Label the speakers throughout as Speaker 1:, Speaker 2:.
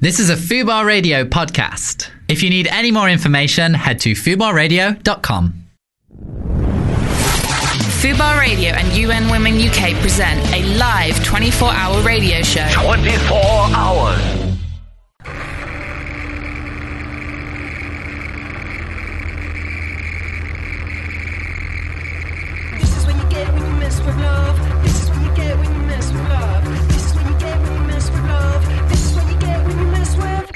Speaker 1: This is a Fubar Radio podcast. If you need any more information, head to fubarradio.com.
Speaker 2: Fubar Radio and UN Women UK present a live 24 hour radio show.
Speaker 3: 24 hours.
Speaker 4: This is when you get when you mess with love. This is when you get when you mess with love. This is when you get when you mess with love. This is when you get when you mess with.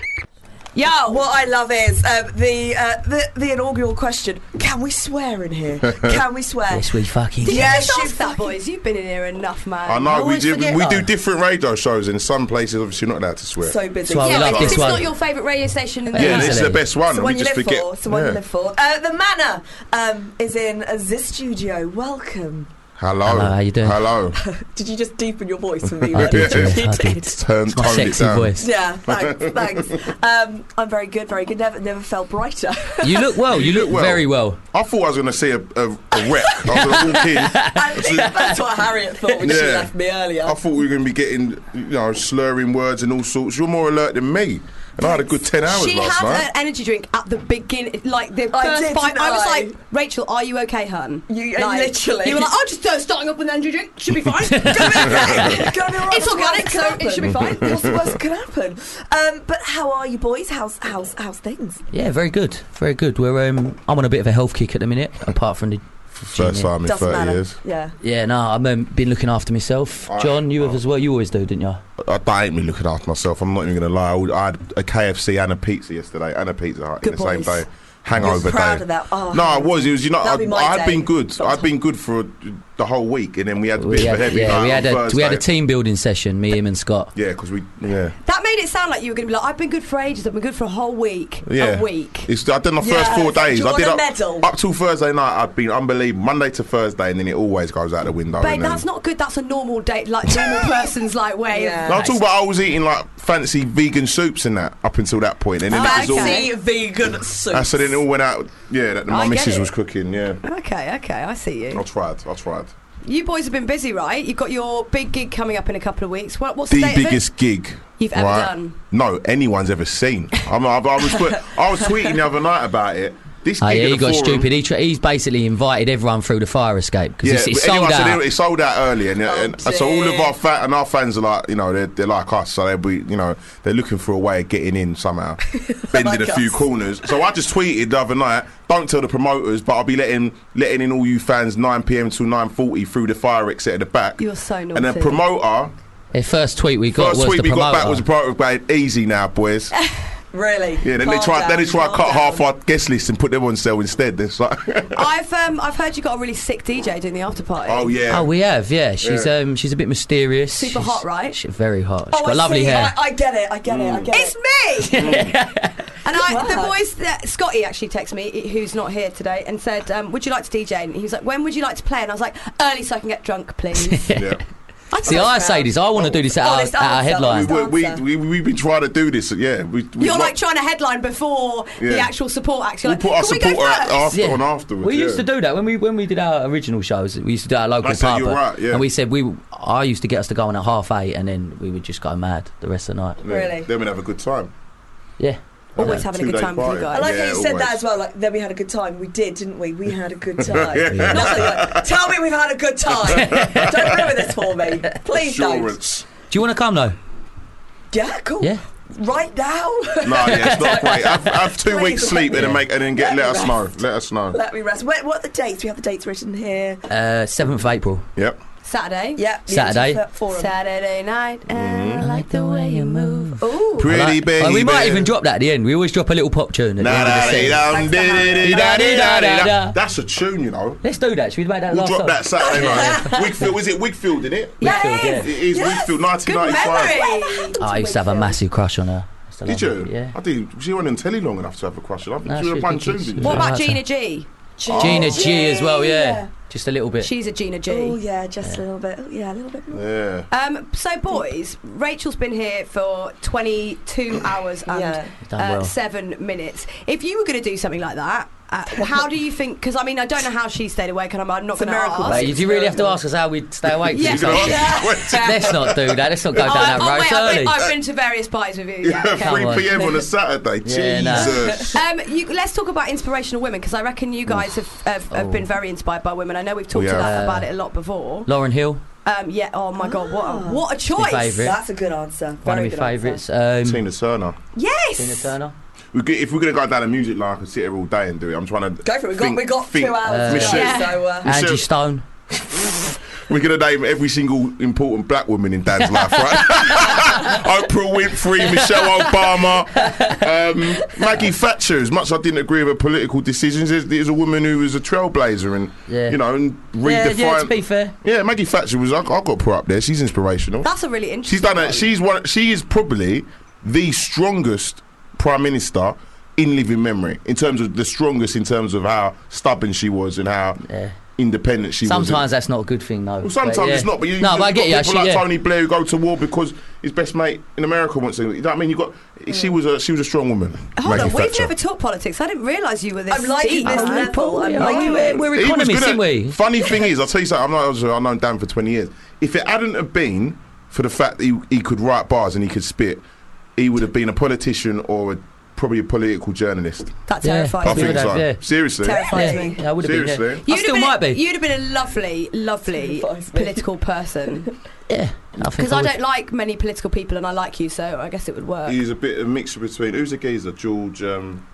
Speaker 5: Yeah, what I love is uh, the, uh, the the inaugural question: Can we swear in here? Can we swear?
Speaker 6: Yes, we fucking
Speaker 5: Did
Speaker 6: can.
Speaker 5: Yes, you
Speaker 7: Ask that, boys. You've been in here enough, man.
Speaker 8: I
Speaker 6: I
Speaker 8: know we
Speaker 6: always
Speaker 8: do.
Speaker 6: forget
Speaker 8: We
Speaker 6: that.
Speaker 8: do different radio shows in some places. Obviously, you're not allowed to swear.
Speaker 5: so busy.
Speaker 6: Well, I
Speaker 7: Yeah,
Speaker 6: love
Speaker 7: but
Speaker 6: this
Speaker 7: if it's
Speaker 6: one.
Speaker 7: not your favourite radio station in the
Speaker 8: yeah,
Speaker 6: Easily.
Speaker 8: this is the best one.
Speaker 5: It's the
Speaker 8: we
Speaker 5: one you
Speaker 8: just
Speaker 5: live
Speaker 8: forget.
Speaker 5: for. It's the one
Speaker 8: Yeah.
Speaker 5: you live for. Uh, the manor um, is in uh, this studio. Welcome.
Speaker 8: Hello.
Speaker 6: Hello, how you doing?
Speaker 8: Hello.
Speaker 5: Did you just deepen your voice for me?
Speaker 6: I
Speaker 5: Rich?
Speaker 6: did, yeah,
Speaker 5: You
Speaker 6: I
Speaker 5: did.
Speaker 6: did.
Speaker 8: Turn
Speaker 6: It's my
Speaker 8: toned
Speaker 6: sexy
Speaker 8: it down.
Speaker 6: voice.
Speaker 5: Yeah, thanks, thanks. Um, I'm very good, very good. Never, never felt brighter.
Speaker 6: You look well. You, look,
Speaker 8: look well.
Speaker 6: very well.
Speaker 8: I thought I was going to see a, a, a wreck. I was going to walk in. I
Speaker 5: I think that's what Harriet thought when she
Speaker 8: Yeah.
Speaker 5: left me earlier.
Speaker 8: thought we were going to be getting, you know, slurring words and all sorts. You're more alert than me, and I had a good ten hours
Speaker 7: She
Speaker 8: last
Speaker 7: had
Speaker 8: night.
Speaker 7: an energy drink at the beginning, like the
Speaker 5: I
Speaker 7: first
Speaker 5: did,
Speaker 7: five.
Speaker 5: didn't
Speaker 7: I was
Speaker 5: I?
Speaker 7: like, Rachel, are you okay, hun?
Speaker 5: You- uh,
Speaker 7: like,
Speaker 5: literally.
Speaker 7: You were like, I'm just uh, starting up with an energy drink. Should be fine.
Speaker 5: it's
Speaker 7: It's organic, so it should be fine.
Speaker 5: What's the worst that could happen? Um, but how are you, boys? How's how's how's things?
Speaker 6: Yeah, very good. Very good. We're um, I'm on a bit of a health kick at the minute. Apart from the
Speaker 8: First
Speaker 6: gym, yeah.
Speaker 8: time in
Speaker 5: Doesn't
Speaker 8: thirty
Speaker 5: matter.
Speaker 8: years.
Speaker 5: Yeah.
Speaker 6: Yeah, no, I've um, been looking after myself.
Speaker 8: Alright,
Speaker 6: John, you have
Speaker 8: well.
Speaker 6: as well. You always do, didn't you?
Speaker 8: I, I ain't me looking after myself. I'm not even going to lie. I, would- I had a KFC and a pizza yesterday, and a pizza Hut in
Speaker 5: Good
Speaker 8: the same
Speaker 5: boys.
Speaker 8: day. Hangover
Speaker 5: You're proud
Speaker 8: day.
Speaker 5: of that. Oh,
Speaker 8: no, I was. It was. You know,
Speaker 5: That'll be
Speaker 8: I,
Speaker 5: my
Speaker 8: I'd
Speaker 5: day.
Speaker 8: been good. I'd been good for the whole week, and then we had a bit
Speaker 6: We
Speaker 8: of
Speaker 6: had,
Speaker 8: a heavy
Speaker 6: yeah,
Speaker 8: night
Speaker 6: we had
Speaker 8: on
Speaker 6: a we had a
Speaker 8: Thursday.
Speaker 6: team building session. Me, him, and Scott.
Speaker 8: Yeah, because we. Yeah.
Speaker 7: That made it sound like you were going to be like, I've been good for ages. I've been good for a whole week.
Speaker 8: Yeah.
Speaker 7: A week.
Speaker 8: It's, I did my
Speaker 5: Yeah.
Speaker 8: first four
Speaker 5: Do you
Speaker 8: days. I
Speaker 5: want
Speaker 8: did
Speaker 5: a
Speaker 8: up,
Speaker 5: medal?
Speaker 8: up till Thursday night. I'd been unbelievable. Monday to Thursday, and then it always goes out the window.
Speaker 7: Babe,
Speaker 8: and then-
Speaker 7: that's not good. That's a normal day, like normal person's like way.
Speaker 5: Yeah.
Speaker 8: No, I'm talking about I was eating like fancy vegan soups and that up until that point, and then
Speaker 5: Oh,
Speaker 7: Ah,
Speaker 8: it was all.
Speaker 5: Fancy vegan soup.
Speaker 8: Uh, so then it all went out. Yeah, that my
Speaker 7: I get
Speaker 8: missus
Speaker 7: it.
Speaker 8: was cooking. Yeah,
Speaker 7: Okay, okay, I see
Speaker 8: I
Speaker 7: you.
Speaker 8: tried. I tried.
Speaker 7: You boys have been busy, right? You've got your big gig coming up in a couple of weeks. What, what's the,
Speaker 8: the
Speaker 7: date of it?
Speaker 8: biggest gig
Speaker 7: You've ever done.
Speaker 8: No, anyone's ever seen. I'm, I, I was twe- I was tweeting the other night about it. This
Speaker 6: Oh,
Speaker 8: gig
Speaker 6: yeah,
Speaker 8: at
Speaker 6: he
Speaker 8: the
Speaker 6: got
Speaker 8: forum-
Speaker 6: stupid. He, tra- he's basically invited everyone through the fire escape because
Speaker 8: Yeah,
Speaker 6: it's,
Speaker 8: but
Speaker 6: it's sold
Speaker 8: anyway, so
Speaker 6: out.
Speaker 8: they- it's sold out early, and, and
Speaker 5: Oh,
Speaker 8: so all of
Speaker 5: dear.
Speaker 8: our fa- and our fans are like, you know, they're, they're like us, so they'll be, you know, they're looking for a way of getting in somehow, bending
Speaker 5: Like
Speaker 8: a few
Speaker 5: us.
Speaker 8: corners. So I just tweeted the other night, don't tell the promoters, but I'll be letting letting in all you fans 9 p.m. till 9:40 through the fire exit at the back.
Speaker 7: You're so
Speaker 8: And the
Speaker 7: naughty.
Speaker 8: promoter,
Speaker 6: The first tweet we got
Speaker 8: first
Speaker 6: was
Speaker 8: tweet
Speaker 6: the
Speaker 8: we got back was
Speaker 6: promoter.
Speaker 8: the promoter going, easy now, boys.
Speaker 5: really?
Speaker 8: Yeah, then they
Speaker 5: Calm
Speaker 8: try. then they
Speaker 5: down,
Speaker 8: try to cut
Speaker 5: calm
Speaker 8: half
Speaker 5: down.
Speaker 8: our guest list and put them on sale instead. It's like,
Speaker 7: I've um, I've heard you got a really sick DJ doing the after party.
Speaker 8: oh yeah.
Speaker 6: Oh, we have, yeah. She's
Speaker 8: Yeah.
Speaker 6: um, she's a bit mysterious.
Speaker 7: Super
Speaker 6: She's-
Speaker 7: hot, right?
Speaker 6: She's very hot. She's
Speaker 5: Oh,
Speaker 6: got
Speaker 5: I
Speaker 6: lovely
Speaker 5: see.
Speaker 6: hair.
Speaker 5: I, I get it. I get it. I
Speaker 8: Mm.
Speaker 5: get
Speaker 7: It's
Speaker 5: it.
Speaker 7: me. and I, the
Speaker 5: work.
Speaker 7: boys, that Scotty actually texted me, who's not here today, and said, um, "Would you like to DJ?" And he was like, "When would you like to play?" And I was like, "Early, so I can get drunk, please."
Speaker 8: yeah.
Speaker 6: See, I say this. I want to do
Speaker 7: Oh,
Speaker 6: this at our,
Speaker 5: Honest
Speaker 6: at our
Speaker 5: answer.
Speaker 6: headline.
Speaker 5: Honest
Speaker 8: Oh. We, we,
Speaker 5: Dancer.
Speaker 8: we, we've been trying to do this, yeah. We, we
Speaker 7: You're like trying to headline before the
Speaker 8: Yeah.
Speaker 7: actual support
Speaker 8: We
Speaker 7: act. You're like,
Speaker 8: put our
Speaker 7: "Can we go
Speaker 8: supporter out
Speaker 7: first?"
Speaker 8: after, on afterwards.
Speaker 6: We
Speaker 8: yeah.
Speaker 6: used to do that when we when we did our original shows. We used to do our local
Speaker 8: That's how
Speaker 6: pub,
Speaker 8: you're right, yeah.
Speaker 6: and we said we. I used to get us to go on at half eight, and then we would just go mad the rest of the night.
Speaker 8: Yeah.
Speaker 5: Really?
Speaker 8: Then we'd have a good time.
Speaker 6: Yeah,
Speaker 7: Always having a good
Speaker 8: Two-day
Speaker 7: time with you
Speaker 8: party.
Speaker 5: I
Speaker 7: guys.
Speaker 5: like how
Speaker 8: Yeah,
Speaker 5: you said that
Speaker 8: always.
Speaker 5: as well. Like, then we had a good time. We did, didn't we? We had a good time. Not that, like, tell me we've had a good time. don't ruin this for me, please. Don't.
Speaker 8: Assurance.
Speaker 6: do you want to come though?
Speaker 5: Yeah, cool.
Speaker 6: Yeah,
Speaker 5: Right now,
Speaker 8: no, yeah, it's not great. Have, have two
Speaker 5: Please
Speaker 8: weeks
Speaker 5: let
Speaker 8: sleep and
Speaker 6: me-
Speaker 8: then make and then get.
Speaker 5: Let
Speaker 8: Let
Speaker 5: me
Speaker 8: us know. Let us know.
Speaker 5: let me rest. Wait, what are the dates? We have the dates written here.
Speaker 6: Uh, seventh of April.
Speaker 8: Yep.
Speaker 7: Saturday.
Speaker 5: Yeah. the
Speaker 6: Saturday.
Speaker 5: Internet Forum.
Speaker 7: Saturday night, and I like the way you move.
Speaker 5: Ooh.
Speaker 6: I
Speaker 8: Mm-hmm. Pretty
Speaker 6: like-
Speaker 8: baby.
Speaker 6: Oh, we might
Speaker 8: bear.
Speaker 6: even drop that at the end. We always drop a little pop tune at the
Speaker 8: Na-
Speaker 6: end of
Speaker 8: da-
Speaker 6: the
Speaker 8: dee-
Speaker 6: set.
Speaker 8: dum-
Speaker 5: Thanks for
Speaker 8: dee-
Speaker 5: having
Speaker 8: dee- da-
Speaker 5: me.
Speaker 8: dee- da- dee- da.
Speaker 6: Da-dee-da-dee-da.
Speaker 8: That's a tune, you know.
Speaker 6: Let's do that. Should we make that
Speaker 8: We'll
Speaker 6: last
Speaker 8: drop
Speaker 6: song?
Speaker 8: that Saturday night. Wigfield, is it Wigfield, isn't it?
Speaker 5: Yeah,
Speaker 6: Wigfield,
Speaker 8: It
Speaker 5: it is.
Speaker 6: yeah.
Speaker 8: is
Speaker 5: Yes.
Speaker 8: Wigfield,
Speaker 5: Good
Speaker 8: 1995.
Speaker 5: memory.
Speaker 6: Oh, I used to have a massive crush on her. I used to
Speaker 8: Did
Speaker 6: love
Speaker 8: you?
Speaker 6: her, Yeah.
Speaker 8: I did. She wasn't in telly long enough to have a crush. I think
Speaker 6: No,
Speaker 8: she
Speaker 6: she
Speaker 8: was one
Speaker 6: did,
Speaker 8: tune.
Speaker 6: she-
Speaker 8: didn't
Speaker 7: What
Speaker 6: Oh.
Speaker 8: she?
Speaker 7: about
Speaker 6: Yeah.
Speaker 7: Gina G?
Speaker 6: Gina G as well. Yeah. Just a little bit.
Speaker 7: She's a Gina G.
Speaker 5: Oh yeah, just a little bit. Oh, yeah, a little bit. more.
Speaker 8: Yeah.
Speaker 7: Um, so, boys, Rachel's been here for 22 hours and
Speaker 5: Yeah.
Speaker 6: Done
Speaker 7: uh,
Speaker 6: well.
Speaker 7: seven minutes. If you were going to do something like that, uh, how do you think? Because I mean, I don't know how she stayed awake, and I'm, I'm not
Speaker 5: a
Speaker 7: going to
Speaker 5: miracle.
Speaker 6: Mate,
Speaker 7: ask.
Speaker 6: you do really have to ask us how we'd stay awake. for
Speaker 7: Yeah.
Speaker 6: this
Speaker 8: You
Speaker 6: kind of
Speaker 8: know,
Speaker 6: shit. Let's not do that. Let's not go
Speaker 7: Oh,
Speaker 6: down
Speaker 7: I-
Speaker 6: that
Speaker 7: oh,
Speaker 6: road.
Speaker 7: wait,
Speaker 6: It's
Speaker 7: I've,
Speaker 6: early.
Speaker 7: been, I've been to various parties with you. Yeah, okay.
Speaker 8: 3
Speaker 6: on.
Speaker 8: p.m. on a Saturday.
Speaker 6: Yeah, no.
Speaker 8: Jesus.
Speaker 7: Um, you, let's talk about inspirational women because I reckon you guys have, have, have been very inspired by women. I know we've talked
Speaker 8: We
Speaker 7: about,
Speaker 8: have.
Speaker 7: about it a lot before.
Speaker 6: Lauren Hill,
Speaker 7: Um, yeah. Oh my god, what a, what a
Speaker 6: my
Speaker 7: choice!
Speaker 6: favourite.
Speaker 5: Ah. That's a good answer.
Speaker 6: one
Speaker 5: Very
Speaker 6: of
Speaker 5: good
Speaker 6: my favourites. Um, Tina
Speaker 8: Tina Turner.
Speaker 7: Yes.
Speaker 6: Turner.
Speaker 8: We could, if we're gonna go down the music line, I could sit here all day and do it. I'm trying to
Speaker 5: Answer. Go for it. We got
Speaker 8: think-
Speaker 5: we got
Speaker 8: think-
Speaker 5: two hours. to go,
Speaker 8: Michelle-
Speaker 5: So uh,
Speaker 8: Michelle-
Speaker 6: Angie Stone.
Speaker 8: We're gonna name every single important black woman in Dan's life, right? Oprah Winfrey, Michelle Obama, um, Maggie Thatcher. As much as I didn't agree with her political decisions, there's, there's a woman who was a trailblazer and
Speaker 6: Yeah.
Speaker 8: you know and
Speaker 6: Yeah,
Speaker 8: redefined.
Speaker 6: yeah, to be fair.
Speaker 8: Yeah, Maggie Thatcher was. I, I got put up there. She's inspirational.
Speaker 7: That's a really interesting.
Speaker 8: She's done
Speaker 7: one.
Speaker 8: it. She's one. She is probably the strongest prime minister in living memory in terms of the strongest in terms of how stubborn she was and how
Speaker 6: Yeah.
Speaker 8: independent she was.
Speaker 6: Sometimes that's not a good thing, though.
Speaker 8: Well, sometimes
Speaker 6: But, yeah.
Speaker 8: it's not, but you,
Speaker 6: no,
Speaker 8: you've
Speaker 6: but I
Speaker 8: got
Speaker 6: get you.
Speaker 8: people
Speaker 6: Actually,
Speaker 8: like
Speaker 6: yeah.
Speaker 8: Tony Blair who go to war because his best mate in America wants to. You know what I mean? You got she was a she was a strong woman.
Speaker 7: Hold
Speaker 8: Maggie
Speaker 7: on, we've
Speaker 8: Thatcher.
Speaker 7: never talked politics. I didn't realise you were this.
Speaker 5: I'm liking
Speaker 7: deep.
Speaker 5: this
Speaker 7: Oh,
Speaker 5: level. I'm
Speaker 6: Yeah,
Speaker 5: liking
Speaker 6: we're,
Speaker 5: it.
Speaker 6: we're
Speaker 8: He was
Speaker 6: economists,
Speaker 8: good at-
Speaker 6: aren't we?
Speaker 8: Funny thing is, I'll tell you something. I'm not. I've known Dan for 20 years. If it hadn't have been for the fact that he, he could write bars and he could spit, he would have been a politician or a, probably a political journalist.
Speaker 7: That
Speaker 6: Yeah.
Speaker 7: terrifies
Speaker 8: I
Speaker 6: He
Speaker 8: think
Speaker 6: would
Speaker 7: me.
Speaker 6: have,
Speaker 8: so.
Speaker 6: yeah.
Speaker 8: Seriously.
Speaker 7: Terrifies me.
Speaker 6: Yeah, I would have been.
Speaker 8: Seriously?
Speaker 6: Yeah. I
Speaker 7: You'd
Speaker 6: still
Speaker 7: have been
Speaker 6: might
Speaker 7: a,
Speaker 6: be.
Speaker 7: You'd have been a lovely, lovely
Speaker 5: Terrifies me.
Speaker 7: political person.
Speaker 6: yeah, I think
Speaker 7: Because I
Speaker 6: would.
Speaker 7: don't like many political people, and I like you, so I guess it would work.
Speaker 8: He's a bit of a mixture between who's a geezer, George. Um,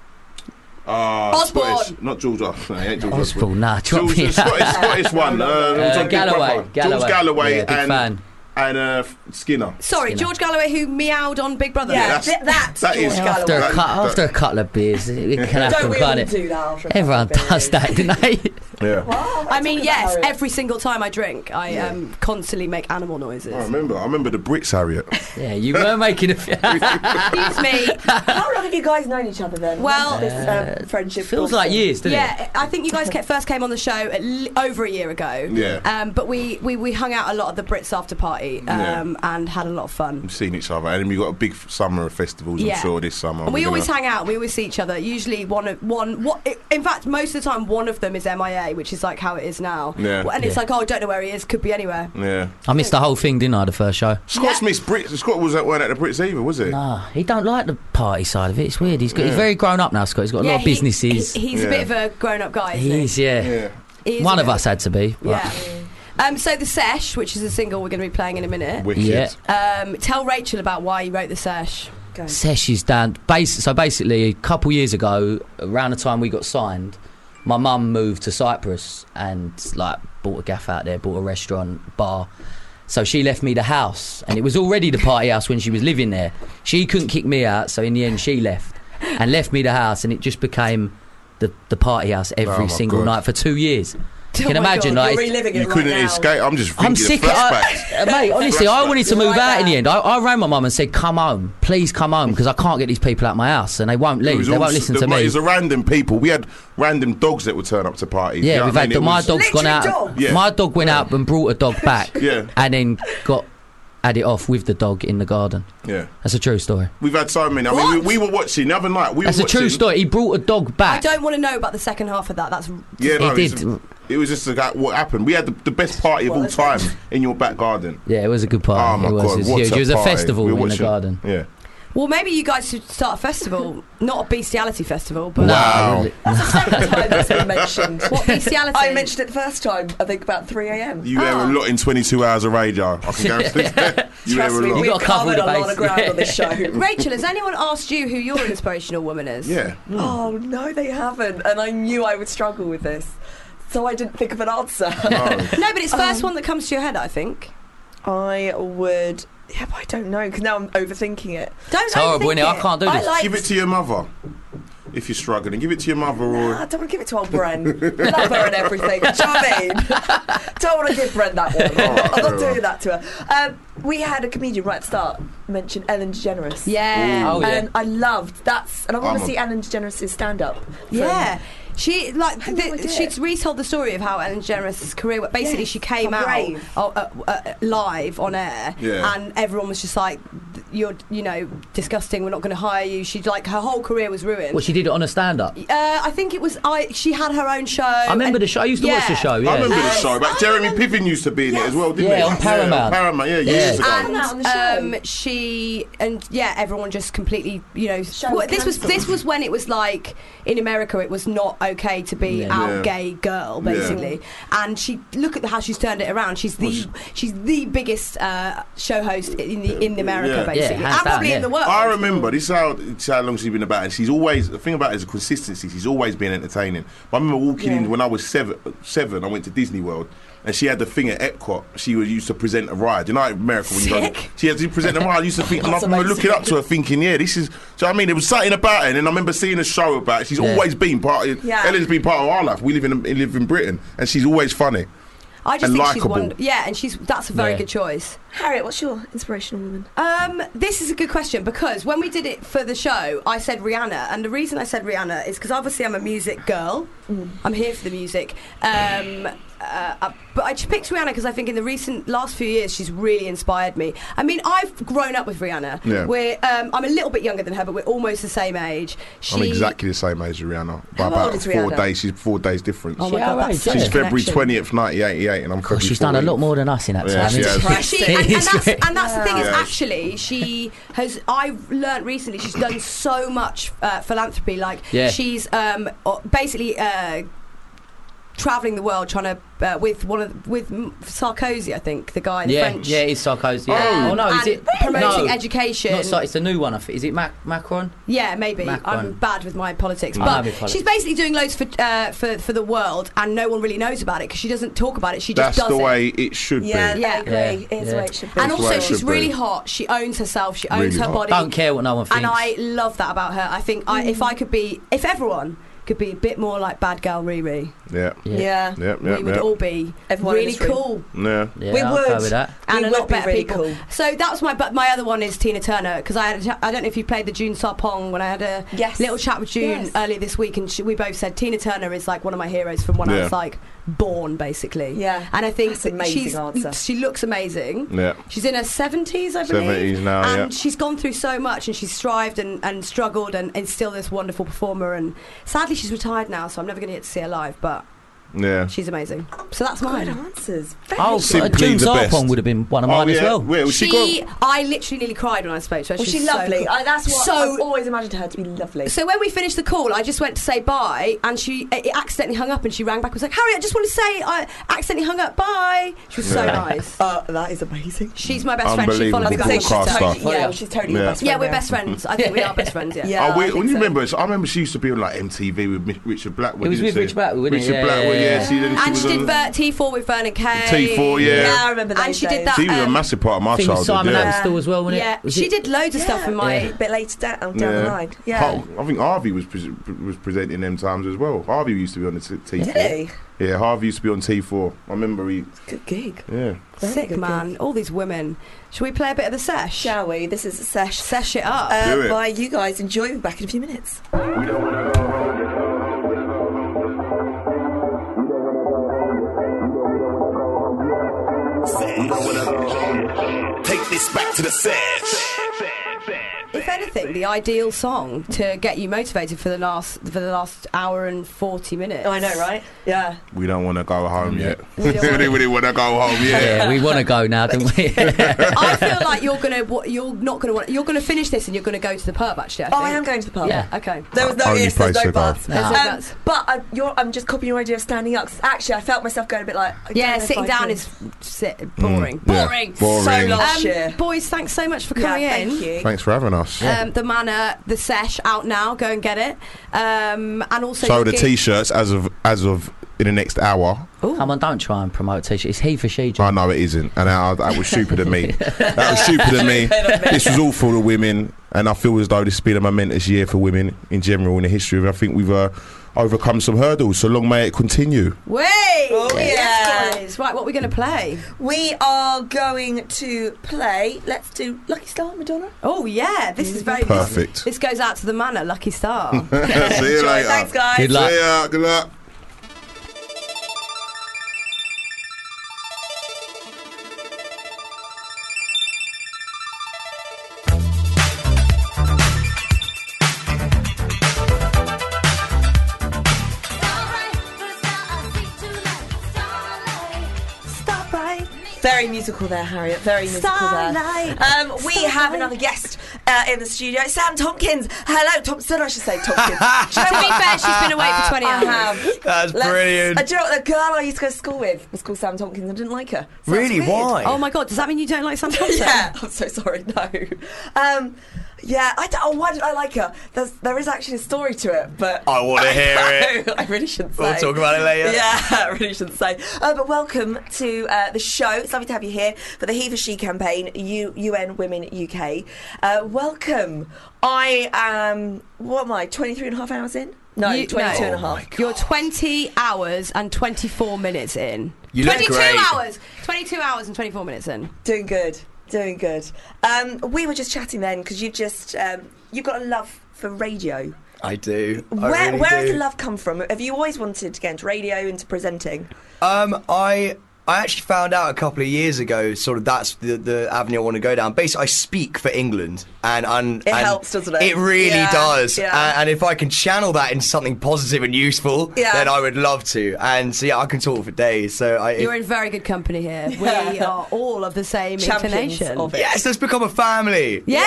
Speaker 8: uh,
Speaker 7: Osborne.
Speaker 8: Scottish- not George. Oh, no, he ain't George Osborne.
Speaker 6: Osborne, nah, drop
Speaker 8: George,
Speaker 6: me
Speaker 8: the Scottish,
Speaker 6: out.
Speaker 8: Scottish one. Uh,
Speaker 6: Uh,
Speaker 8: who's a big
Speaker 6: Galloway,
Speaker 8: brother?
Speaker 6: Galloway,
Speaker 8: George Galloway
Speaker 6: yeah, big
Speaker 8: and
Speaker 6: fan.
Speaker 8: and uh, Skinner.
Speaker 7: Sorry,
Speaker 6: You know.
Speaker 7: George Galloway, who meowed on Big Brother.
Speaker 5: yeah,
Speaker 8: that's-
Speaker 5: th- that's
Speaker 8: that
Speaker 5: George
Speaker 8: is-
Speaker 5: Galloway.
Speaker 6: After a,
Speaker 8: Galloway.
Speaker 6: cou- after a couple of beers, it can happen,
Speaker 5: Don't we all
Speaker 6: can't it?
Speaker 5: do that? After a
Speaker 6: Everyone
Speaker 5: couple of
Speaker 6: does
Speaker 5: beers?
Speaker 6: that, don't they?
Speaker 8: Yeah.
Speaker 5: Oh,
Speaker 7: I mean,
Speaker 5: talking
Speaker 7: yes,
Speaker 5: about it.
Speaker 7: every single time I drink, I um, constantly make animal noises.
Speaker 6: Oh,
Speaker 8: I remember. I remember the Brits, Harriet.
Speaker 6: Yeah, you were making a few.
Speaker 7: Excuse me.
Speaker 5: How long have you guys known each other then?
Speaker 7: Well-
Speaker 5: When's this um, friendship
Speaker 6: Uh, Feels
Speaker 5: blossom?
Speaker 6: like years, doesn't it?
Speaker 7: Yeah, I think you guys ca- first came on the show at l- over a year ago.
Speaker 8: Yeah.
Speaker 7: Um, but we, we, we hung out a lot at the Brits after party um, and had a lot of fun.
Speaker 8: We've seen each other, and we got a big f- summer of festivals.
Speaker 7: Yeah.
Speaker 8: I'm sure this summer.
Speaker 7: And we
Speaker 8: We're
Speaker 7: always
Speaker 8: gonna-
Speaker 7: hang out. We always see each other. Usually one of one. What? In fact, most of the time, one of them is MIA, which is like how it is now.
Speaker 8: Yeah.
Speaker 7: And it's
Speaker 6: Yeah.
Speaker 7: like, oh, I don't know where he is. Could be anywhere.
Speaker 8: Yeah.
Speaker 6: I missed the whole thing, didn't I? The first show.
Speaker 8: Scott's missed Brits. Scott was at weren't at the Brits either, was it?
Speaker 6: Nah, he don't like the party side of it. It's weird. He's got he's very grown up now, Scott. He's got a lot of
Speaker 7: he-
Speaker 6: businesses.
Speaker 7: he- he's a
Speaker 8: Yeah.
Speaker 7: bit of a grown-up guy. Isn't
Speaker 6: He
Speaker 7: he?
Speaker 6: is, yeah.
Speaker 8: Yeah.
Speaker 7: He is
Speaker 6: One
Speaker 7: a
Speaker 6: of
Speaker 7: bit-
Speaker 6: us had to be. But
Speaker 7: Yeah. Um, so the sesh, which is a single we're going to be playing in a minute.
Speaker 8: Wicked.
Speaker 6: Yeah.
Speaker 7: Um, tell Rachel about why you wrote the sesh.
Speaker 5: Go.
Speaker 6: Sesh is down. Bas- so basically, a couple years ago, around the time we got signed, my mum moved to Cyprus and like bought a gaff out there, bought a restaurant, bar. So she left me the house, and it was already the party house when she was living there. She couldn't kick me out, so in the end, she left and left me the house, and it just became the, the party house every
Speaker 8: Oh my
Speaker 6: single
Speaker 8: God.
Speaker 6: night for two years. You
Speaker 7: Oh
Speaker 6: can
Speaker 7: my
Speaker 6: imagine,
Speaker 7: God,
Speaker 5: You're
Speaker 6: like,
Speaker 5: reliving
Speaker 8: You
Speaker 5: it right
Speaker 8: couldn't
Speaker 5: now.
Speaker 8: escape. I'm just.
Speaker 6: I'm
Speaker 8: thinking
Speaker 6: sick.
Speaker 8: Of
Speaker 6: I,
Speaker 8: flashbacks.
Speaker 6: uh, mate, honestly, I wanted to
Speaker 5: You're
Speaker 6: move
Speaker 5: right
Speaker 6: out in the
Speaker 5: there.
Speaker 6: end. I, I rang my mum and said, "Come home, please come home, because I can't get these people out my house, and they won't
Speaker 8: It
Speaker 6: leave.
Speaker 8: was
Speaker 6: They
Speaker 8: all
Speaker 6: won't
Speaker 8: s-
Speaker 6: listen
Speaker 8: the-
Speaker 6: to
Speaker 8: mate, It
Speaker 6: me."
Speaker 8: was a random people. We had random dogs that would turn up to parties.
Speaker 6: yeah,
Speaker 8: you know
Speaker 6: we've
Speaker 8: what I
Speaker 6: had
Speaker 8: mean?
Speaker 6: the,
Speaker 8: It
Speaker 6: my
Speaker 8: was-
Speaker 6: dog's gone out.
Speaker 5: dogs.
Speaker 8: Yeah.
Speaker 6: My dog went out and brought a dog back,
Speaker 8: Yeah.
Speaker 6: and then got had it off with the dog in the garden.
Speaker 8: Yeah,
Speaker 6: That's a true story.
Speaker 8: we've had so many. I mean, we, we were watching the other night. We
Speaker 6: That's
Speaker 8: were
Speaker 6: a true
Speaker 8: watching-
Speaker 6: story. He brought a dog
Speaker 7: I
Speaker 6: back.
Speaker 7: don't want to know about the second half of that. That's
Speaker 8: Yeah, no,
Speaker 6: He
Speaker 8: it's-
Speaker 6: did.
Speaker 8: It was just like what happened. We had the, the best party of all time in your back garden.
Speaker 6: Yeah, it was a good party.
Speaker 8: Oh my
Speaker 6: it was,
Speaker 8: god,
Speaker 6: it was
Speaker 8: what
Speaker 6: huge.
Speaker 8: a
Speaker 6: It was a
Speaker 8: party.
Speaker 6: festival
Speaker 8: We
Speaker 6: in
Speaker 8: were
Speaker 6: the
Speaker 8: watching-
Speaker 6: garden.
Speaker 8: Yeah.
Speaker 7: well, maybe you guys should start a festival, not a bestiality festival, but
Speaker 8: Wow.
Speaker 6: really.
Speaker 5: That's the second time that's been mentioned.
Speaker 7: what bestiality?
Speaker 5: I mentioned it the first time, I think about 3 a.m.
Speaker 8: You hear a
Speaker 7: Oh.
Speaker 8: lot in 22 hours of radio. I can guarantee that. you hear a
Speaker 5: Trust me,
Speaker 8: lot.
Speaker 5: we've
Speaker 6: You gotta cover all
Speaker 5: covered
Speaker 6: the
Speaker 5: a lot
Speaker 6: bases.
Speaker 5: of ground on this show.
Speaker 7: Rachel, has anyone asked you who your inspirational woman is?
Speaker 8: yeah.
Speaker 5: Oh, no, they haven't. And I knew I would struggle with this. So I didn't think of an answer.
Speaker 8: No.
Speaker 7: No, but it's first one that comes to your head. I think.
Speaker 5: Um, I would. Yeah, but I don't know because now I'm overthinking it.
Speaker 7: Don't
Speaker 6: It's horrible,
Speaker 7: overthink
Speaker 6: innit? I can't do
Speaker 7: I
Speaker 6: this.
Speaker 7: like
Speaker 8: Give it to your mother if you're struggling. Give it to your mother
Speaker 5: Nah, I
Speaker 8: or.
Speaker 5: Ah, don't want to give it to old Bren. Love her and everything. Do you know what I mean? don't want to give Bren that one.
Speaker 8: All right,
Speaker 5: I'm
Speaker 7: Oh,
Speaker 8: fair
Speaker 5: not doing
Speaker 8: enough.
Speaker 5: that to her. Um, we had a comedian right at the start mention Ellen DeGeneres.
Speaker 7: Yeah.
Speaker 6: Oh, yeah.
Speaker 5: And I loved that's, and I want
Speaker 8: I'm
Speaker 5: to
Speaker 8: a-
Speaker 5: see Ellen DeGeneres' stand up.
Speaker 7: Yeah. She like
Speaker 5: had no
Speaker 7: the,
Speaker 5: idea.
Speaker 7: she's retold the story of how Ellen DeGeneres' career. went. Basically,
Speaker 5: Yes,
Speaker 7: she came
Speaker 5: how
Speaker 7: out
Speaker 5: brave.
Speaker 7: oh, uh, uh, live on air,
Speaker 8: Yeah.
Speaker 7: and everyone was just like, "You're, you know, disgusting. We're not going to hire you." She'd like her whole career was ruined.
Speaker 6: Well, she did it on a stand-up.
Speaker 7: uh, I think it was I. She had her own show.
Speaker 6: I remember the show. I used to watch the show. Yeah.
Speaker 8: I remember the
Speaker 5: Yes.
Speaker 8: show, but
Speaker 5: I
Speaker 8: Jeremy
Speaker 5: remember-
Speaker 8: Piven used to be in it as well, didn't
Speaker 6: Yeah,
Speaker 8: he?
Speaker 6: on Paramount.
Speaker 8: Paramount, yeah,
Speaker 6: Yeah.
Speaker 8: years
Speaker 5: And
Speaker 8: ago.
Speaker 5: that on the show.
Speaker 7: Um, she and yeah, everyone just completely, you know.
Speaker 5: Show
Speaker 7: well, this was
Speaker 5: cancelled.
Speaker 7: this was when it was like in America, it was not okay to be
Speaker 6: Yeah.
Speaker 7: out
Speaker 8: Yeah.
Speaker 7: gay girl,
Speaker 8: Yeah.
Speaker 7: basically. And she look at how she's turned it around. She's the she's the biggest uh, show host in the in America,
Speaker 8: Yeah.
Speaker 6: Yeah,
Speaker 7: basically,
Speaker 6: hands
Speaker 7: and
Speaker 6: down,
Speaker 7: probably
Speaker 6: yeah.
Speaker 7: in the world.
Speaker 8: I remember this is how this is how long she's been about, and she's always the thing about it is consistency. She's always been entertaining. I remember walking in when I was seven. Seven, I went to Disney World, and she had the thing at Epcot. She was used to present a ride. You know, in America when you go,
Speaker 7: Sick.
Speaker 8: she had to present a ride. I used to think, and I
Speaker 5: That's
Speaker 8: remember
Speaker 5: amazing.
Speaker 8: looking up to her, thinking, yeah, this is. Do you know what I mean? There was something about her, and then I remember seeing a show about. It. She's
Speaker 6: Yeah.
Speaker 8: always been part. Of,
Speaker 5: Yeah.
Speaker 8: Ellen's been part of our life. We live in live in Britain, and she's always funny.
Speaker 7: I just
Speaker 8: and
Speaker 7: think she's
Speaker 8: likeable.
Speaker 7: one. Yeah, and she's that's a very
Speaker 6: Yeah.
Speaker 7: good choice.
Speaker 5: Harriet, what's your inspirational woman?
Speaker 7: Um, this is a good question because when we did it for the show, I said Rihanna, and the reason I said Rihanna is because obviously I'm a music girl.
Speaker 5: Mm.
Speaker 7: I'm here for the music. Um, uh, uh, but I just picked Rihanna because I think in the recent last few years she's really inspired me. I mean, I've grown up with Rihanna.
Speaker 8: Yeah.
Speaker 7: We're um, I'm a little bit younger than her, but we're almost the same age. She,
Speaker 8: I'm exactly the same age as Rihanna by
Speaker 5: How
Speaker 8: about
Speaker 5: old is
Speaker 8: four
Speaker 5: Rihanna?
Speaker 8: days. She's four days difference.
Speaker 7: Oh my
Speaker 6: Yeah,
Speaker 7: god,
Speaker 6: right,
Speaker 7: that's such
Speaker 6: yeah.
Speaker 8: She's
Speaker 7: a
Speaker 8: February
Speaker 7: connection.
Speaker 8: twentieth, nineteen eighty eight, and I'm.
Speaker 6: Gosh, she's done a lot more than us in that
Speaker 8: Yeah,
Speaker 6: time.
Speaker 8: she
Speaker 6: isn't
Speaker 8: has.
Speaker 6: she?
Speaker 7: But she, and, and, that's, and that's the thing is
Speaker 8: Yeah.
Speaker 7: actually she has I've learnt recently she's done so much uh, philanthropy like
Speaker 6: Yeah.
Speaker 7: she's um, o- basically uh, traveling the world trying to uh, with one of with M- Sarkozy I think the guy the
Speaker 6: Yeah,
Speaker 7: French
Speaker 6: yeah, it's Sarkozy.
Speaker 7: um,
Speaker 6: Yeah. Oh, no, is
Speaker 7: and
Speaker 6: it
Speaker 7: promoting
Speaker 6: no,
Speaker 7: education
Speaker 6: Not Sarkozy, it's the new one. I think. Is it Mac- Macron?
Speaker 7: yeah, maybe.
Speaker 6: Macron.
Speaker 7: I'm bad with my politics,
Speaker 6: I'm
Speaker 7: but
Speaker 6: bad with politics.
Speaker 7: she's basically doing loads for uh, for for the world, and no one really knows about it because she doesn't talk about it. She just
Speaker 8: That's
Speaker 7: does
Speaker 8: the
Speaker 7: it.
Speaker 8: way it should
Speaker 5: Yeah,
Speaker 8: be.
Speaker 7: Yeah.
Speaker 5: I agree.
Speaker 6: Yeah.
Speaker 5: It is
Speaker 6: Yeah.
Speaker 5: the way it should be.
Speaker 7: and
Speaker 8: That's
Speaker 7: also
Speaker 8: right,
Speaker 7: she's
Speaker 8: should be.
Speaker 7: really hot. She owns herself. She owns
Speaker 8: Really
Speaker 7: her
Speaker 8: hot.
Speaker 7: body.
Speaker 6: Don't care what no one thinks.
Speaker 7: And I love that about her. I think I,
Speaker 5: Mm.
Speaker 7: if I could be, if everyone could be a bit more like Bad Girl Riri,
Speaker 8: Yeah.
Speaker 6: Yeah.
Speaker 5: yeah.
Speaker 8: Yep,
Speaker 7: we
Speaker 8: yep,
Speaker 7: would
Speaker 8: yep.
Speaker 7: all be
Speaker 5: Everyone in
Speaker 7: really
Speaker 5: this room.
Speaker 7: cool
Speaker 8: Yeah.
Speaker 6: yeah,
Speaker 5: we
Speaker 6: I'll
Speaker 5: would.
Speaker 6: go with that.
Speaker 7: and
Speaker 5: We
Speaker 7: a
Speaker 5: would
Speaker 7: lot
Speaker 5: be
Speaker 7: better
Speaker 5: really
Speaker 7: people.
Speaker 5: cool.
Speaker 7: So that was my, but my other one is Tina Turner because I had, I don't know if you played the June Sarpong when I had a
Speaker 5: Yes.
Speaker 7: little chat with June
Speaker 5: Yes.
Speaker 7: earlier this week, and she, we both said Tina Turner is like one of my heroes from when I
Speaker 8: Yeah.
Speaker 7: was like born, basically.
Speaker 5: Yeah.
Speaker 7: and I think
Speaker 5: That's an
Speaker 7: that
Speaker 5: amazing
Speaker 7: she's,
Speaker 5: answer.
Speaker 7: she looks amazing.
Speaker 8: Yeah.
Speaker 7: She's in her 70s, I believe.
Speaker 8: 70s now, yeah.
Speaker 7: And she's gone through so much and she's strived and, and struggled and, and still this wonderful performer. And sadly, she's retired now, so I'm never going to get to see her live, but
Speaker 8: Yeah.
Speaker 7: she's amazing. So that's
Speaker 5: Good
Speaker 7: mine.
Speaker 5: answers. Very
Speaker 6: Oh,
Speaker 5: good.
Speaker 8: Simply
Speaker 6: June
Speaker 8: the best. Oh,
Speaker 6: Zarpon would have been one of mine
Speaker 8: yeah.
Speaker 6: as well.
Speaker 8: Well, she,
Speaker 7: She,
Speaker 8: got.
Speaker 7: I literally nearly cried when I spoke to her.
Speaker 5: Was she
Speaker 7: She's so
Speaker 5: lovely?
Speaker 7: cool.
Speaker 5: I, that's what
Speaker 7: So-
Speaker 5: I've always imagined her to be lovely.
Speaker 7: So when we finished the call, I just went to say bye, and she it it accidentally hung up, and she rang back and was like, "Harry, I just want to say I accidentally hung up. Bye." She was so
Speaker 8: Yeah.
Speaker 7: nice.
Speaker 5: uh, that is amazing.
Speaker 7: She's my best friend. She follows me
Speaker 8: Unbelievable
Speaker 7: back. on
Speaker 8: broadcaster.
Speaker 7: Twitter.
Speaker 5: Yeah, well, she's totally your
Speaker 8: Yeah.
Speaker 5: best friend.
Speaker 7: Yeah, we're
Speaker 5: now.
Speaker 7: best friends. I think we are best friends. Yeah.
Speaker 5: Yeah.
Speaker 8: Oh,
Speaker 5: I
Speaker 8: wait,
Speaker 5: think
Speaker 8: when you
Speaker 5: so.
Speaker 8: remember, so I remember she used to be on like MTV with Mi- Richard Blackwood.
Speaker 6: It was
Speaker 8: didn't
Speaker 6: with
Speaker 8: she?
Speaker 6: Richard Blackwood, wasn't it?
Speaker 8: Richard
Speaker 6: Yeah,
Speaker 8: Blackwood,
Speaker 6: yeah,
Speaker 8: yeah.
Speaker 6: yeah.
Speaker 8: She, then she
Speaker 7: And
Speaker 8: was
Speaker 7: she did
Speaker 8: on,
Speaker 7: Bert T4 with Vernon Kay.
Speaker 8: T4, yeah.
Speaker 5: Yeah, I remember those
Speaker 7: And she did
Speaker 5: days.
Speaker 7: that.
Speaker 8: She was a
Speaker 7: um,
Speaker 8: massive part of my
Speaker 6: I think it was
Speaker 8: childhood.
Speaker 6: Simon
Speaker 8: yeah.
Speaker 6: Amstel as well, wasn't
Speaker 7: Yeah,
Speaker 6: it? Was
Speaker 7: she
Speaker 6: it-
Speaker 7: did loads of stuff in my.
Speaker 5: a bit later down, down
Speaker 8: Yeah.
Speaker 5: the line. Yeah.
Speaker 8: Hart- I think Harvey was pres was presenting them times as well. Harvey used to be on the t- T4.
Speaker 5: Really?
Speaker 8: Yeah, Harvey used to be on T4. I remember he.
Speaker 5: Good gig.
Speaker 8: Yeah.
Speaker 5: Very
Speaker 7: Sick
Speaker 5: good
Speaker 7: man, all these women. Should we play a bit of the sesh?
Speaker 5: Shall we? This is a sesh.
Speaker 7: Sesh it up.
Speaker 5: Uh,
Speaker 8: Do it.
Speaker 5: By you guys. Enjoy. We'll be back in a few minutes.
Speaker 9: Take this back to the set.
Speaker 7: if anything, the ideal song to get you motivated for the last for the last hour and forty minutes.
Speaker 5: Oh, I know, right? Yeah.
Speaker 8: We don't want to go home yet.
Speaker 7: We
Speaker 8: We
Speaker 7: don't wanna-
Speaker 8: don't want to go home yet.
Speaker 6: Yeah, we want to go now, don't we?
Speaker 7: I feel like you're gonna wa- you're not gonna want you're gonna finish this and you're gonna go to the pub actually. I
Speaker 5: Oh, I am
Speaker 7: think.
Speaker 5: going to the pub. Oh.
Speaker 6: Yeah.
Speaker 7: Okay.
Speaker 5: There was no
Speaker 8: Only
Speaker 5: ifs, there's
Speaker 8: place
Speaker 5: no
Speaker 8: to go.
Speaker 5: buts.
Speaker 6: There's
Speaker 7: no
Speaker 5: Um,
Speaker 7: buts.
Speaker 5: but I, you're, I'm just copying your idea of standing up. 'cause actually, I felt myself going a bit like. I don't know
Speaker 7: Yeah,
Speaker 5: if
Speaker 7: sitting
Speaker 5: I
Speaker 7: down
Speaker 5: can.
Speaker 7: is sit, boring.
Speaker 8: Mm. Yeah.
Speaker 7: Boring.
Speaker 8: Boring.
Speaker 5: So long.
Speaker 7: Um,
Speaker 5: Sure.
Speaker 7: boys, thanks so much for
Speaker 5: Yeah,
Speaker 7: coming in.
Speaker 5: thank you.
Speaker 8: Thanks for having us.
Speaker 7: Um, the manor, the sesh out now. Go and get it. Um, and also
Speaker 8: So
Speaker 7: you
Speaker 8: the
Speaker 7: can-
Speaker 8: t-shirts as of as of in the next hour.
Speaker 6: Come on, don't try and promote Tisha. It's he for she. John.
Speaker 8: I know it isn't, and I, that was stupid of me. That was stupid of me. This was all for the women, and I feel as though this has been a momentous year for women in general in the history. And I think we've uh, overcome some hurdles. So long may it continue.
Speaker 7: Way!
Speaker 5: Oh, yeah.
Speaker 7: Yes, guys. Right, what are we going to play?
Speaker 5: We are going to play. Let's do Lucky Star, Madonna.
Speaker 7: Oh, yeah. This is very
Speaker 8: Perfect.
Speaker 7: This goes out to the manor, Lucky Star.
Speaker 8: See you
Speaker 5: Oh. Enjoy.
Speaker 8: later.
Speaker 5: Thanks, guys.
Speaker 6: Good luck.
Speaker 8: See ya. Good luck.
Speaker 5: Very musical there, Harriet. Very musical
Speaker 7: Starlight,
Speaker 5: there. Um, we have
Speaker 7: starlight.
Speaker 5: another guest uh, in the studio, Sam Tompkins. Hello, Thompson. I should say Tompkins.
Speaker 7: to be fair, she's been awake for
Speaker 5: Ah,
Speaker 7: 20
Speaker 5: I
Speaker 7: hours.
Speaker 5: have.
Speaker 10: That's
Speaker 5: Let's-
Speaker 10: brilliant.
Speaker 5: Uh, do you know what? The girl I used to go to school with was called Sam Tompkins. I didn't like her. So that's
Speaker 10: Really?
Speaker 5: weird.
Speaker 10: Why?
Speaker 7: Oh, my God. Does that mean you don't like Sam Thompson?
Speaker 5: Yeah, I'm so sorry. No, um, yeah, I don't. Oh, why did I like her? There's, there is actually a story to it, but
Speaker 10: I wanna hear it.
Speaker 5: I really shouldn't say.
Speaker 10: We'll talk about it later.
Speaker 5: Yeah, I really shouldn't say. Uh, but welcome to uh, the show. It's lovely to have you here for the He for She campaign, U- UN Women UK. Uh, welcome. I am. What am I? 23 and a half hours in. No,
Speaker 7: You-
Speaker 5: 22 and a
Speaker 7: no.
Speaker 5: half.
Speaker 7: You're 20 hours and 24 minutes in.
Speaker 10: You look
Speaker 7: 22
Speaker 10: great.
Speaker 7: hours! 22 hours and 24 minutes in.
Speaker 5: Doing good, doing good. Um, we were just chatting then because you've just um, you've got a love for radio.
Speaker 10: I do. I
Speaker 5: where
Speaker 10: really
Speaker 5: where
Speaker 10: do.
Speaker 5: has the love come from? Have you always wanted to get into radio, into presenting?
Speaker 10: Um, I I actually found out a couple of years ago. Sort of that's the, the avenue I want to go down. Basically, I speak for England, and and
Speaker 5: It
Speaker 10: and
Speaker 5: helps, doesn't it?
Speaker 10: It really
Speaker 5: Yeah,
Speaker 10: does. Uh,
Speaker 5: yeah.
Speaker 10: And, and if I can channel that into something positive and useful,
Speaker 5: Yeah.
Speaker 10: then I would love to. And so yeah, I can talk for days. So I.
Speaker 7: You're in very good company here. We
Speaker 5: Yeah.
Speaker 7: are all of the same
Speaker 5: Champions
Speaker 7: inclination.
Speaker 5: of it.
Speaker 10: yes, let's become a family.
Speaker 7: Yeah!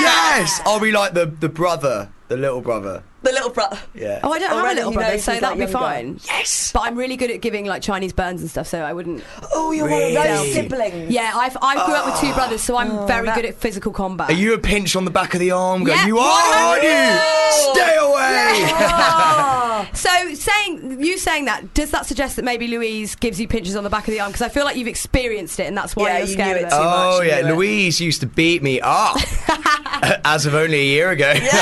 Speaker 10: Yes, I'll be like the the brother, the little brother.
Speaker 5: The little brother.
Speaker 10: Yeah.
Speaker 7: Oh, I don't have a
Speaker 5: Already
Speaker 7: little
Speaker 5: he
Speaker 7: brother,
Speaker 5: knows
Speaker 7: so
Speaker 5: he's
Speaker 7: that'd
Speaker 5: like
Speaker 7: be
Speaker 5: younger.
Speaker 7: fine.
Speaker 10: Yes.
Speaker 7: But I'm really good at giving like Chinese burns and stuff, so I wouldn't.
Speaker 5: Oh, you're one of
Speaker 10: Really?
Speaker 5: those siblings.
Speaker 7: Yeah, I've, I grew up with two brothers, so I'm very
Speaker 5: Ah. Oh, that-
Speaker 7: good at physical combat.
Speaker 10: Are you a pinch on the back of the arm? Go,
Speaker 7: Yeah,
Speaker 10: you are, aren't you?
Speaker 5: 100.
Speaker 10: Stay away.
Speaker 7: so saying you saying that does that suggest that maybe Louise gives you pinches on the back of the arm? Because I feel like you've experienced it, and that's why
Speaker 5: Yeah,
Speaker 7: you're
Speaker 5: you
Speaker 7: scared
Speaker 5: knew
Speaker 7: of
Speaker 5: it too.
Speaker 7: it.
Speaker 5: much,
Speaker 10: Oh
Speaker 5: you
Speaker 10: yeah,
Speaker 5: knew it.
Speaker 10: Louise used to beat me up as of only a year ago.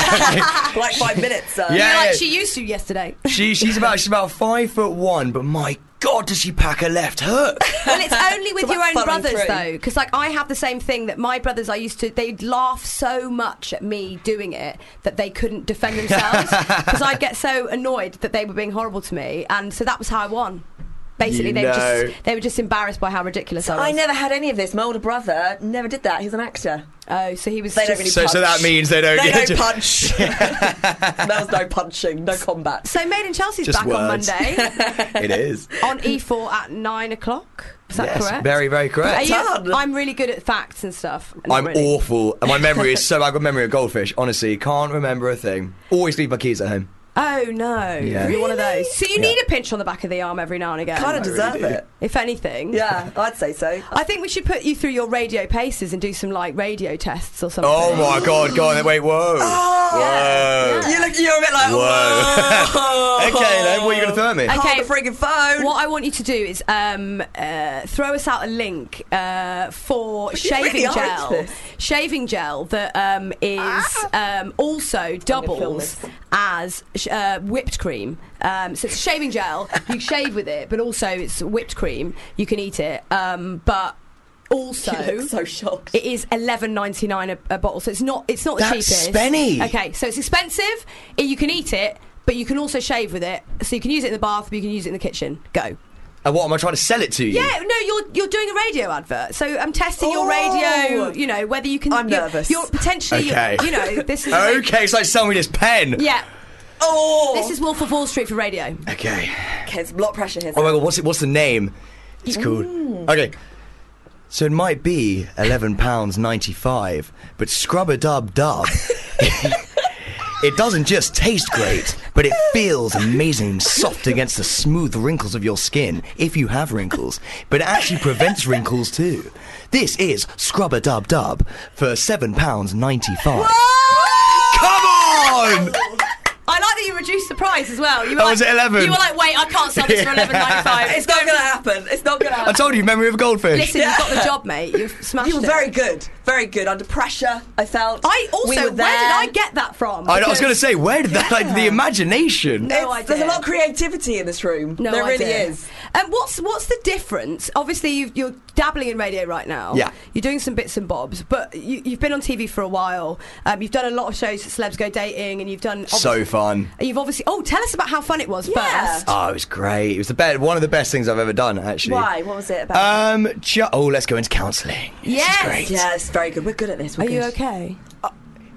Speaker 5: like five minutes. So.
Speaker 10: Yeah.
Speaker 7: You're like she used to yesterday.
Speaker 10: she she's about she's about five foot one, but my god, does she pack a left hook?
Speaker 7: Well, it's only with
Speaker 5: So
Speaker 7: your
Speaker 5: that's
Speaker 7: own
Speaker 5: fun and
Speaker 7: brothers
Speaker 5: free.
Speaker 7: though, because like I have the same thing that my brothers. I used to they'd laugh so much at me doing it that they couldn't defend themselves because I'd get so annoyed that they were being horrible to me, and so that was how I won. Basically,
Speaker 10: You
Speaker 7: they were
Speaker 10: know.
Speaker 7: just they were just embarrassed by how ridiculous I was.
Speaker 5: I never had any of this. My older brother never did that. He's an actor.
Speaker 7: Oh, so he was.
Speaker 5: They don't
Speaker 7: just-
Speaker 5: really
Speaker 10: so so that
Speaker 5: punch.
Speaker 10: means they don't
Speaker 5: They
Speaker 10: get
Speaker 5: don't punch. there was no punching, no combat.
Speaker 7: So Made in Chelsea's
Speaker 10: Just
Speaker 7: back on
Speaker 10: words.
Speaker 7: Monday
Speaker 10: it is.
Speaker 7: on E4 at nine o'clock. Is that
Speaker 10: Yes,
Speaker 7: correct?
Speaker 10: very very
Speaker 7: Are
Speaker 10: correct.
Speaker 7: you-
Speaker 5: Done.
Speaker 7: I'm really good at facts and stuff. Not
Speaker 10: I'm
Speaker 7: really.
Speaker 10: awful. and My memory is so I've got memory of goldfish. Honestly, can't remember a thing. Always leave my keys at home.
Speaker 7: Oh no!
Speaker 10: Yeah.
Speaker 7: You're one of
Speaker 5: Really?
Speaker 7: those. So you need a pinch on the back of the arm every now and again.
Speaker 5: Kind of deserve it.
Speaker 7: if anything.
Speaker 5: Yeah, I'd say so.
Speaker 7: I think we should put you through your radio paces and do some like radio tests or something.
Speaker 10: Oh my god, go on then, wait, whoa.
Speaker 7: Ah,
Speaker 10: whoa.
Speaker 5: You look, you're a bit like,
Speaker 10: Whoa.
Speaker 5: whoa.
Speaker 10: okay then, what are you gonna throw at me?
Speaker 7: Okay.
Speaker 5: Hold the friggin' phone.
Speaker 7: What I want you to do is um, uh, throw us out a link uh, for
Speaker 5: you
Speaker 7: shaving
Speaker 5: really are into
Speaker 7: gel.
Speaker 5: this. Ah.
Speaker 7: Shaving gel that um, is um, also doubles
Speaker 5: this.
Speaker 7: as sh- uh, whipped cream. Um, so it's shaving gel. You shave with it, but also it's whipped cream. You can eat it, um, but also
Speaker 5: You look so shocked.
Speaker 7: It is eleven ninety nine a, a bottle, so it's not it's not the
Speaker 10: That's
Speaker 7: cheapest.
Speaker 10: spenny.
Speaker 7: Okay, so it's expensive. i- You can eat it, but you can also shave with it. So you can use it in the bath, but you can use it in the kitchen. Go.
Speaker 10: And what am I trying to sell it to you?
Speaker 7: Yeah, no, you're you're doing a radio advert, so I'm testing your radio. You know whether you can.
Speaker 5: I'm
Speaker 7: you're,
Speaker 5: nervous.
Speaker 7: You're potentially.
Speaker 10: Okay.
Speaker 7: You know this is.
Speaker 10: Okay, so sell me this pen.
Speaker 7: Yeah.
Speaker 5: Oh,
Speaker 7: This is Wolf of Wall Street for radio.
Speaker 10: Okay.
Speaker 5: okay, it's blood pressure here.
Speaker 10: Oh my god, what's it? What's the name? It's called.
Speaker 7: Mm.
Speaker 10: Okay. So it might be eleven pounds ninety-five, but scrub a dub dub. It doesn't just taste great, but it feels amazing and soft against the smooth wrinkles of your skin, if you have wrinkles. But it actually prevents wrinkles too. This is Scrub a Dub Dub for £7.95. Come on!
Speaker 7: I like that you reduced the price price as well. You were
Speaker 10: Oh,
Speaker 7: like,
Speaker 10: was it 11?
Speaker 7: You were like, wait, I can't sell this for eleven ninety five.
Speaker 5: It's not going to happen. It's not going to
Speaker 10: I
Speaker 5: happen.
Speaker 10: told you, memory of a goldfish.
Speaker 7: Listen, you've got the job, mate. You've smashed
Speaker 5: You were
Speaker 7: it.
Speaker 5: very good. Very good. Under pressure, I felt.
Speaker 7: I also.
Speaker 5: We were
Speaker 7: where did I
Speaker 5: there.
Speaker 7: get that from?
Speaker 10: I, I was going to
Speaker 7: Because-
Speaker 10: say, where did that, like, the imagination?
Speaker 7: No
Speaker 5: It's- There's a
Speaker 7: idea.
Speaker 5: lot of creativity in this room.
Speaker 7: No
Speaker 5: there really
Speaker 7: idea.
Speaker 5: is.
Speaker 7: And what's what's the difference? Obviously, you you're dabbling in radio right now.
Speaker 10: Yeah.
Speaker 7: you're doing some bits and bobs, but you, you've been on TV for a while. Um, you've done a lot of shows, Celebs Go Dating, and you've done
Speaker 10: So
Speaker 7: obviously-
Speaker 10: fun.
Speaker 7: You've obviously. Oh, tell us about how fun it was
Speaker 5: Yeah.
Speaker 7: first.
Speaker 10: Oh, it was great. It was the best, one of the best things I've ever done, actually.
Speaker 5: Why? What was it about?
Speaker 10: Um, ju- oh, let's go into counselling.
Speaker 7: Yes.
Speaker 10: This is great.
Speaker 5: yeah, it's very good. We're good at this. We're
Speaker 7: Are you
Speaker 5: good.
Speaker 7: okay?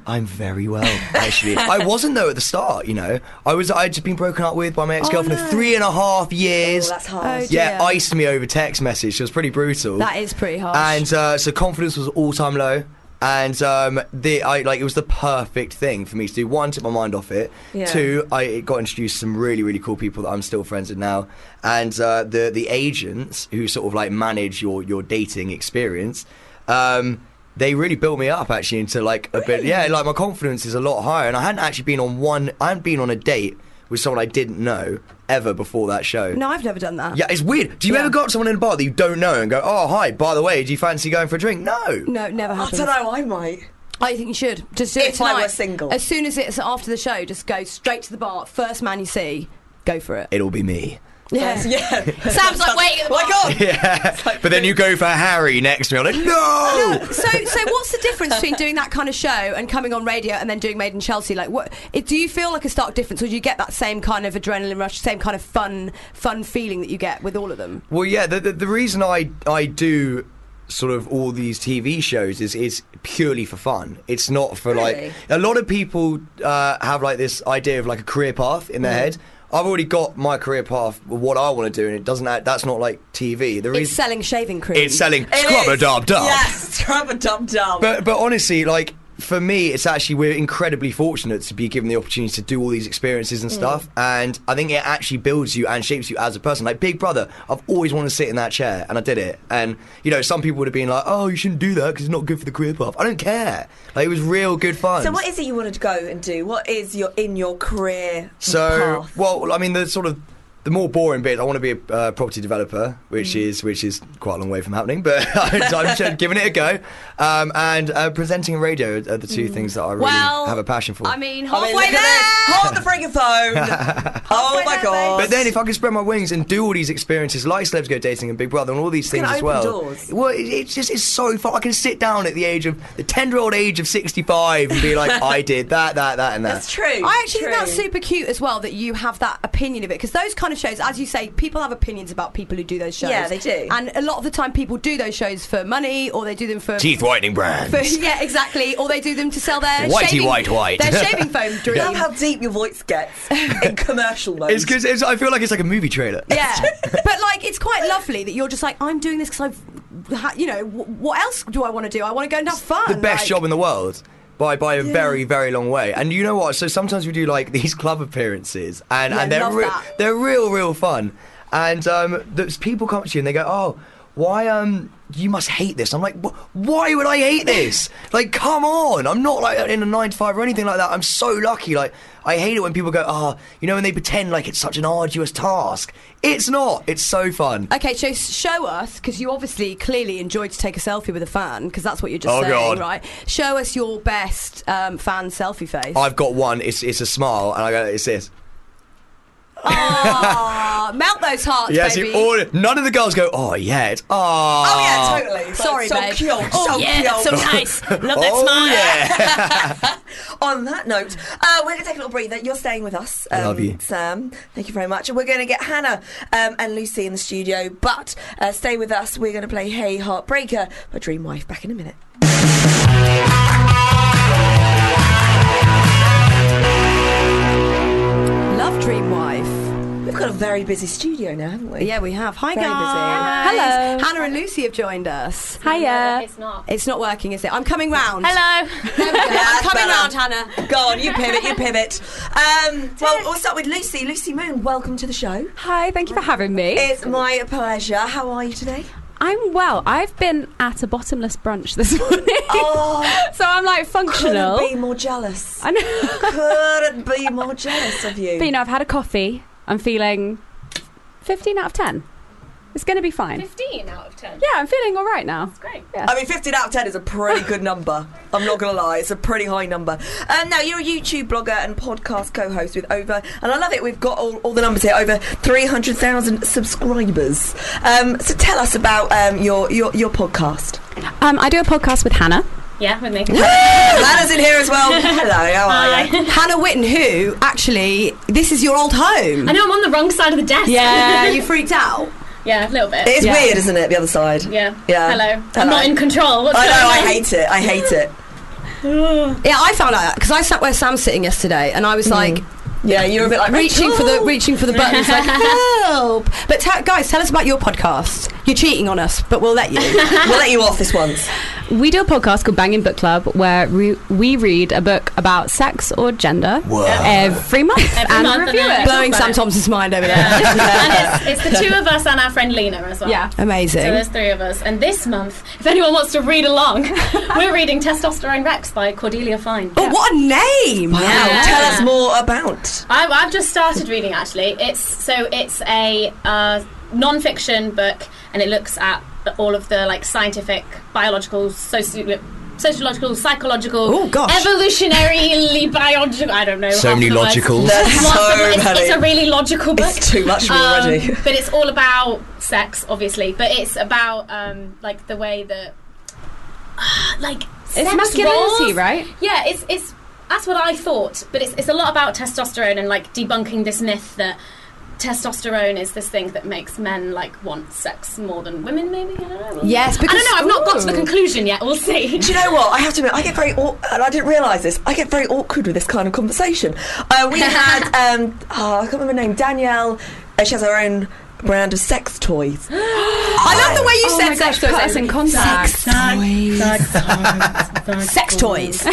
Speaker 10: I'm very well, actually. I wasn't though at the start. You know, I was. I'd just been broken up with by my ex-girlfriend
Speaker 7: no.
Speaker 10: for three and a half
Speaker 5: Oh,
Speaker 10: years.
Speaker 5: that's hard.
Speaker 7: Oh, dear.
Speaker 10: yeah, iced me over text message. It was pretty brutal.
Speaker 7: That is pretty harsh.
Speaker 10: And uh, so confidence was all time low. And um, the I like it was the perfect thing for me to do. One, took my mind off it.
Speaker 5: Yeah.
Speaker 10: Two, I it got introduced to some really really cool people that I'm still friends with now. And uh, the the agents who sort of like manage your your dating experience. Um, they really built me up actually into like a bit yeah like my confidence is a lot higher and I hadn't actually been on one I hadn't been on a date with someone I didn't know ever before that show
Speaker 7: no, I've never done that.
Speaker 10: yeah, it's weird. Do you
Speaker 7: Yeah.
Speaker 10: ever go up to someone in a bar that you don't know and go, "Oh, hi, by the way, do you fancy going for a drink?" No.
Speaker 7: No, it never
Speaker 5: I
Speaker 7: happened.
Speaker 5: don't know. I might.
Speaker 7: I think you should just do it
Speaker 5: If I
Speaker 7: tonight.
Speaker 5: were single.
Speaker 7: As soon as it's after the show, just go straight to the bar. First man you see, go for it.
Speaker 10: It'll be me.
Speaker 7: Yeah.
Speaker 5: Yeah.
Speaker 7: Sam's like waiting at the bar.
Speaker 5: My God.
Speaker 10: Yeah. but then you go for Harry next to me. I'm like, no.
Speaker 7: So, so what's the difference between doing that kind of show and coming on radio and then doing Made in Chelsea? Like, what it, do you feel like a stark difference, or do you get that same kind of adrenaline rush, same kind of fun, fun feeling that you get with all of them?
Speaker 10: Well, yeah. The, the the reason I I do sort of all these TV shows is is purely for fun. It's not for
Speaker 5: Really?
Speaker 10: like a lot of people uh, have like this idea of like a career path in their head. I've already got my career path, what I want to do, and it doesn't. act- That's not like TV. The
Speaker 7: It's
Speaker 10: reason
Speaker 7: selling shaving cream.
Speaker 10: it's selling
Speaker 5: It
Speaker 10: scrub a
Speaker 5: is.
Speaker 10: dub dub.
Speaker 5: Yes, scrub a dub dub.
Speaker 10: But but honestly, like for me, it's actually we're incredibly fortunate to be given the opportunity to do all these experiences
Speaker 5: Mm.
Speaker 10: and stuff. And I think it actually builds you and shapes you as a person. Like Big Brother, I've always wanted to sit in that chair, and I did it. And you know, some people would have been like, "Oh, you shouldn't do that because it's not good for the career path." I don't care. Like it was real good fun.
Speaker 5: so, what is it you wanted to go and do? What is your in your career?
Speaker 10: So,
Speaker 5: path?
Speaker 10: well, I mean, the sort of the more boring bit. I want to be a uh, property developer, which
Speaker 5: Mm.
Speaker 10: is which is quite a long way from happening, but I'm just giving it a go. Um, and uh, presenting and radio are the
Speaker 5: Mm.
Speaker 10: two things that I really
Speaker 7: well,
Speaker 10: have a passion for.
Speaker 7: I mean,
Speaker 5: I mean,
Speaker 7: halfway
Speaker 5: look at this.
Speaker 7: there.
Speaker 5: Hold the friggin' phone. oh my
Speaker 7: there,
Speaker 5: god!
Speaker 10: but then, if I could spread my wings and do all these experiences like Celebs Go Dating and Big Brother and all these things
Speaker 5: gonna
Speaker 10: as
Speaker 5: open
Speaker 10: well,
Speaker 5: doors.
Speaker 10: well, it, it's just it's so fun. I can sit down at the age of the tender-old age of sixty-five and be like, I did that, that, that, and that.
Speaker 5: that's true.
Speaker 7: I actually
Speaker 5: true.
Speaker 7: think that's super cute as well that you have that opinion of it because those kind of shows, as you say, people have opinions about people who do those shows.
Speaker 5: Yeah, they do.
Speaker 7: And a lot of the time, people do those shows for money or they do them for
Speaker 10: Teeth whitening brands.
Speaker 7: For, yeah, exactly. Or they do them to sell their
Speaker 10: Whitey,
Speaker 7: shaving,
Speaker 10: white, white.
Speaker 7: their shaving foam
Speaker 5: I
Speaker 7: dream.
Speaker 5: love how deep your voice gets in commercial mode.
Speaker 10: It's because I feel like it's like a movie trailer.
Speaker 7: yeah, but like it's quite lovely that you're just like I'm doing this because I've, ha- you know, wh- what else do I want to do? I want to go and have fun.
Speaker 10: the best
Speaker 7: like-
Speaker 10: job in the world by by a very very long way. And you know what? So sometimes we do like these club appearances, and
Speaker 7: Yeah,
Speaker 10: and they're
Speaker 7: love
Speaker 10: re-
Speaker 7: that.
Speaker 10: they're real real fun. And um, there's people come up to you and they go, oh. Why um you must hate this? I'm like, "Wh- why would I hate this? like, come on! I'm not like in a nine to five or anything like that. I'm so lucky. Like, I hate it when people go, oh, you know, when they pretend like it's such an arduous task. It's not. It's so fun.
Speaker 7: Okay, so s- show us because you obviously clearly enjoyed to take a selfie with a fan because that's what you're just
Speaker 10: Oh,
Speaker 7: saying,
Speaker 10: God.
Speaker 7: right? Show us your best um, fan selfie face.
Speaker 10: I've got one. It's it's a smile, and I go, it's this.
Speaker 7: Aw, Uh, melt those hearts,
Speaker 10: Yes,
Speaker 7: baby.
Speaker 10: you all. None of the girls go. Oh yeah, it's oh.
Speaker 5: oh yeah, totally. It's like,
Speaker 7: Sorry,
Speaker 5: so
Speaker 7: babe.
Speaker 5: Cute,
Speaker 7: Oh,
Speaker 5: so
Speaker 7: yeah,
Speaker 5: cute.
Speaker 7: that's so nice. Love
Speaker 10: Oh,
Speaker 7: that smile.
Speaker 10: yeah.
Speaker 5: On that note, uh, we're going to take a little breather. You're staying with us, um,
Speaker 10: love you.
Speaker 5: Sam. Thank you very much. We're going to get Hannah um, and Lucy in the studio, but uh, stay with us. We're going to play Hey Heartbreaker by Dream Wife back in a minute.
Speaker 7: Love Dream Wife.
Speaker 5: We've got a very busy studio now, haven't we?
Speaker 7: Yeah, we have. Hi,
Speaker 5: Very busy.
Speaker 7: guys.
Speaker 11: Hello.
Speaker 7: Hannah and Lucy have joined us.
Speaker 11: Hiya. It's not.
Speaker 7: It's not working, is it? I'm coming round.
Speaker 11: Hello.
Speaker 7: There we go. I'm
Speaker 5: that's
Speaker 7: coming
Speaker 5: better.
Speaker 7: round, Hannah.
Speaker 5: Go on, you pivot, you pivot. Um, well, we'll start with Lucy. Lucy Moon, welcome to the show.
Speaker 11: Hi, thank you for having me.
Speaker 5: It's my pleasure. How are you today?
Speaker 11: I'm well. I've been at a bottomless brunch this morning,
Speaker 5: Oh,
Speaker 11: so I'm like
Speaker 5: couldn't
Speaker 11: functional.
Speaker 5: be more jealous.
Speaker 11: I know.
Speaker 5: couldn't be more jealous of
Speaker 11: But you
Speaker 5: you.
Speaker 11: know, I've had a coffee. I'm feeling 15 out of 10. It's going to be fine.
Speaker 4: 15 out of 10.
Speaker 11: Yeah, I'm feeling all right now.
Speaker 4: Great.
Speaker 5: I mean, 15 out of 10 is a pretty good number. I'm not going to lie, it's a pretty high number. Um, now, you're a YouTube blogger and podcast co host with over, and I love it, we've got all, all the numbers here, over 300,000 subscribers. Um, so tell us about um, your, your, your podcast.
Speaker 11: Um, I do a podcast with Hannah.
Speaker 4: Yeah, with me.
Speaker 5: Hannah's in here as well. Hello, how are you?
Speaker 7: Hannah Witten, who actually, this is your old home.
Speaker 4: I know I'm on the wrong side of the desk.
Speaker 7: Yeah, you freaked out.
Speaker 4: yeah, a little bit.
Speaker 5: It's
Speaker 7: Yeah.
Speaker 5: weird, isn't it, the other side?
Speaker 4: yeah.
Speaker 5: Yeah.
Speaker 4: Hello.
Speaker 5: Hello.
Speaker 4: I'm not in control. What's
Speaker 5: I know,
Speaker 4: going
Speaker 5: I
Speaker 4: on?
Speaker 5: hate it. I hate it.
Speaker 7: Yeah, I found out that because I sat where Sam's sitting yesterday, and I was
Speaker 4: Mm-hmm.
Speaker 7: like
Speaker 5: Yeah, you're a bit like
Speaker 7: reaching for the reaching for the buttons, like help. But te- guys, tell us about your podcast. You're cheating on us, but we'll let you.
Speaker 5: we'll let you off this once.
Speaker 11: We do a podcast called Banging Book Club where re- we read a book about sex or gender every month and
Speaker 4: month and
Speaker 11: review
Speaker 4: then-
Speaker 11: it.
Speaker 7: Blowing Sam Thompson's mind over there.
Speaker 4: and it's, it's the two of us and our friend Lena as well.
Speaker 11: Yeah.
Speaker 7: Amazing.
Speaker 4: So there's three of us. And this month, if anyone wants to read along, we're reading Testosterone Rex by Cordelia Fine.
Speaker 7: oh, what a name!
Speaker 5: Now,
Speaker 4: Yeah.
Speaker 5: tell us more about.
Speaker 4: I, I've just started reading actually. It's so it's a uh, non-fiction book, and it looks at all of the like scientific, biological, soci- sociological, psychological,
Speaker 7: Oh, gosh.
Speaker 4: evolutionarily biological. I don't know.
Speaker 10: So
Speaker 4: half
Speaker 10: many
Speaker 4: the words.
Speaker 10: logicals.
Speaker 5: There's
Speaker 4: Lots of-
Speaker 5: so
Speaker 4: it's, it's
Speaker 5: many.
Speaker 4: a really logical book. Um,
Speaker 5: It's too much for me already.
Speaker 4: but it's all about sex, obviously. But it's about um, like the way that like
Speaker 11: It's
Speaker 4: sex
Speaker 11: masculinity,
Speaker 4: roles.
Speaker 11: right?
Speaker 4: Yeah, it's it's that's what I thought, but it's it's a lot about testosterone and like debunking this myth that testosterone is this thing that makes men like want sex more than women. Maybe I don't know.
Speaker 7: Yes,
Speaker 4: I
Speaker 7: because-
Speaker 4: don't know. I've not got to the
Speaker 7: Ooh.
Speaker 4: conclusion yet. We'll see.
Speaker 5: Do you know what? I have to admit, I get very, aw- and I didn't realise this, I get very awkward with this kind of conversation. Uh, we had, um, oh, I can't remember her name, Danielle, uh, she has her own brand of sex toys. I love the way you
Speaker 11: Oh
Speaker 5: said
Speaker 11: my gosh, so it's in contact.
Speaker 7: Sex toys. Sex toys.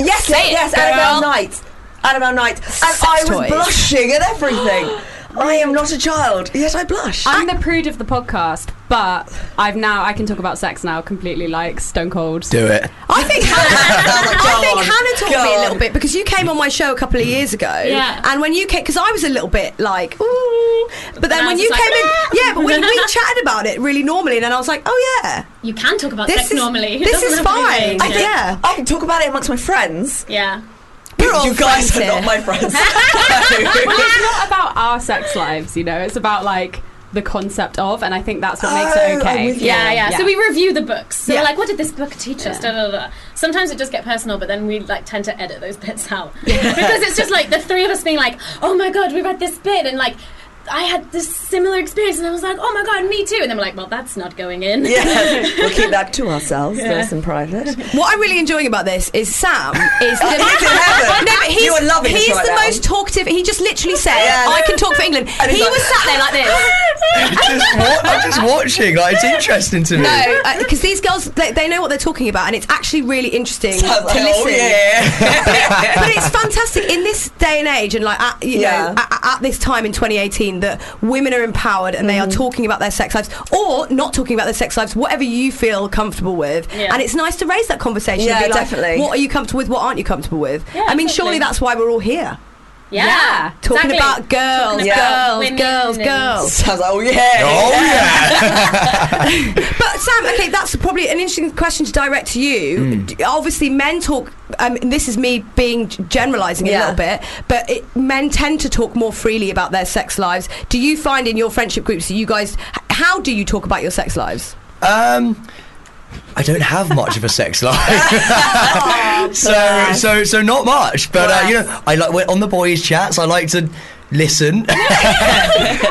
Speaker 5: Yes, yes,
Speaker 7: girl.
Speaker 5: Annabelle Knight. Annabelle Knight. And
Speaker 7: Sex
Speaker 5: I was
Speaker 7: toys.
Speaker 5: blushing at everything. I am not a child, yet I blush.
Speaker 11: I'm the prude of the podcast, but I've now I can talk about sex now completely like stone cold.
Speaker 10: Do it.
Speaker 7: I think Hannah, I
Speaker 5: Go
Speaker 7: think
Speaker 5: on,
Speaker 7: Hannah taught
Speaker 5: go
Speaker 7: me a
Speaker 5: on. Mm.
Speaker 7: little bit because you came on my show a couple of years ago.
Speaker 4: Yeah.
Speaker 7: And when you came, because I was a little bit like, ooh. But then
Speaker 4: And I
Speaker 7: when
Speaker 4: was
Speaker 7: you
Speaker 4: just
Speaker 7: came
Speaker 4: like, "Ah."
Speaker 7: in, yeah, but we, we chatted about it really normally, and then I was like, oh yeah,
Speaker 4: You can talk about
Speaker 7: this
Speaker 4: sex
Speaker 7: is
Speaker 4: normally. It
Speaker 7: this
Speaker 4: doesn't
Speaker 7: is
Speaker 4: have to be
Speaker 7: fine.
Speaker 4: vague.
Speaker 7: I think, yeah.
Speaker 5: I can talk about it amongst my friends.
Speaker 4: yeah.
Speaker 7: We're all
Speaker 5: you guys
Speaker 7: friends
Speaker 5: are
Speaker 7: here.
Speaker 5: not my friends.
Speaker 11: Well, it's not about our sex lives, you know. It's about like the concept of, and I think that's what makes
Speaker 5: Oh,
Speaker 11: it
Speaker 5: I'm
Speaker 11: okay.
Speaker 5: with you.
Speaker 4: Yeah, yeah,
Speaker 11: Yeah.
Speaker 4: So we review the books. So
Speaker 7: Yeah.
Speaker 4: we're like, what did this book teach us? Da, da, da, da. Sometimes it does get personal, but then we like tend to edit those bits out because it's just like the three of us being like, oh my god, we read this bit, and like. I had this similar experience, and I was like, "Oh my god, me too!" And then we're like, "Well, that's not going in."
Speaker 5: yeah, we'll keep that to ourselves, nice and private.
Speaker 7: What I'm really enjoying about this is Sam is the,
Speaker 5: It's in heaven.
Speaker 7: No, but he's,
Speaker 5: You are loving this
Speaker 7: he's
Speaker 5: right
Speaker 7: the
Speaker 5: now.
Speaker 7: most talkative. He just literally said,
Speaker 5: Yeah.
Speaker 7: "I can talk for England."
Speaker 5: And he's
Speaker 7: he
Speaker 5: like-
Speaker 7: was sat there like this.
Speaker 10: just wa- I'm just watching. Like it's interesting to me.
Speaker 7: No, because these girls they, they know what they're talking about, and it's actually really interesting
Speaker 5: I
Speaker 7: to
Speaker 5: was like,
Speaker 7: listen.
Speaker 5: oh yeah.
Speaker 7: but it's fantastic in this day and age, and like at, you
Speaker 5: Yeah.
Speaker 7: know, at, at this time in 2018, that women are empowered and
Speaker 5: Mm.
Speaker 7: they are talking about their sex lives or not talking about their sex lives, whatever you feel comfortable with.
Speaker 4: Yeah.
Speaker 7: And it's nice to raise that conversation. and
Speaker 5: Yeah,
Speaker 7: be like,
Speaker 5: definitely.
Speaker 7: What are you comfortable with? What aren't you comfortable with?
Speaker 4: Yeah,
Speaker 7: I mean,
Speaker 4: exactly.
Speaker 7: surely that's why we're all here.
Speaker 4: yeah,
Speaker 11: Yeah.
Speaker 7: Talking
Speaker 4: exactly.
Speaker 7: about girls,
Speaker 4: Talking about
Speaker 7: girls,
Speaker 4: women
Speaker 7: girls,
Speaker 4: and-
Speaker 7: girls.
Speaker 5: I was like, oh yeah.
Speaker 10: Oh yeah.
Speaker 7: But Sam, okay, that's probably an interesting question to direct to you.
Speaker 10: Hmm.
Speaker 7: D- Obviously, men talk. Um, and this is me being generalising
Speaker 5: Yeah.
Speaker 7: a little bit, but it, men tend to talk more freely about their sex lives. Do you find in your friendship groups that you guys? h- How do you talk about your sex lives?
Speaker 10: Um, I don't have much of a sex life, so
Speaker 5: bless.
Speaker 10: so so not much. But uh, you know, I like when on the boys' chats. I like to listen,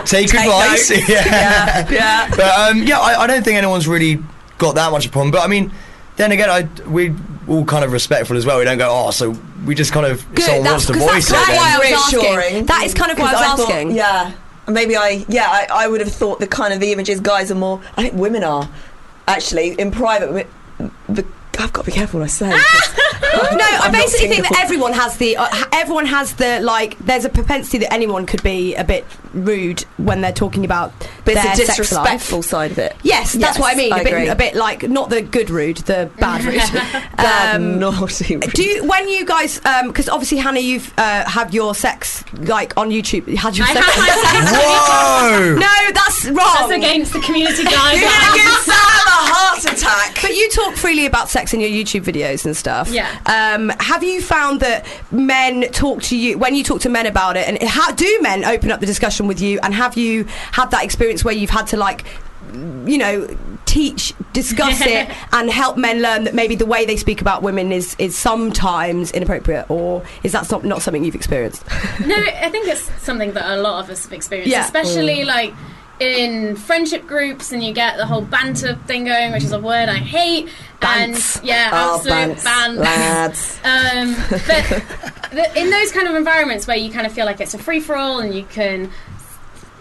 Speaker 10: take, advice.
Speaker 5: notes. Yeah, yeah.
Speaker 10: But um, yeah, I, I don't think anyone's really got that much of a problem. But I mean, then again, I we all kind of respectful as well. We don't go, oh, so we just kind of if someone wants to
Speaker 7: because
Speaker 10: voice
Speaker 7: that's
Speaker 10: it.
Speaker 7: why I
Speaker 10: Then.
Speaker 7: was
Speaker 5: Reassuring.
Speaker 7: asking. That is kind of why I
Speaker 5: 'Cause
Speaker 7: was
Speaker 5: thought-
Speaker 7: asking.
Speaker 5: yeah, maybe I. Yeah, I, I would have thought the kind of the images guys are more. I think women are actually in private. wi- The I've got to be careful what I say.
Speaker 7: Ah! no, I
Speaker 5: I'm not
Speaker 7: basically think that
Speaker 5: Singapore.
Speaker 7: everyone has the uh, h- everyone has the like. There's a propensity that anyone could be a bit rude when they're talking about
Speaker 5: but
Speaker 7: their
Speaker 5: it's a
Speaker 7: sex life.
Speaker 5: disrespectful side of it.
Speaker 7: Yes, that's what I mean. A bit,
Speaker 5: agree.
Speaker 7: a bit like not the good rude, the bad rude. Um,
Speaker 5: Bad, naughty. rude.
Speaker 7: Do you, when you guys, because obviously Hannah, you've uh, had your sex like on YouTube. You had your
Speaker 4: I
Speaker 7: sex.
Speaker 4: had my sex on
Speaker 10: Whoa!
Speaker 7: no, that's wrong.
Speaker 4: That's against the community guidelines.
Speaker 7: You're gonna give
Speaker 5: Sam a heart attack.
Speaker 7: But you talk freely about sex in your YouTube videos and stuff.
Speaker 4: Yeah.
Speaker 7: Um, have you found that men talk to you when you talk to men about it, and how do men open up the discussion with you? And have you had that experience where you've had to like, you know, teach, discuss it, and help men learn that maybe the way they speak about women is is sometimes inappropriate, or is that not not something you've experienced?
Speaker 4: no, I think it's something that a lot of us have experienced,
Speaker 7: Yeah.
Speaker 4: especially like in friendship groups, and you get the whole banter thing going, which is a word I hate.
Speaker 5: Bants.
Speaker 4: And yeah,
Speaker 5: Oh,
Speaker 4: absolute
Speaker 5: bants, lads.
Speaker 4: bants. Um, but the, in those kind of environments where you kind of feel like it's a free for all and you can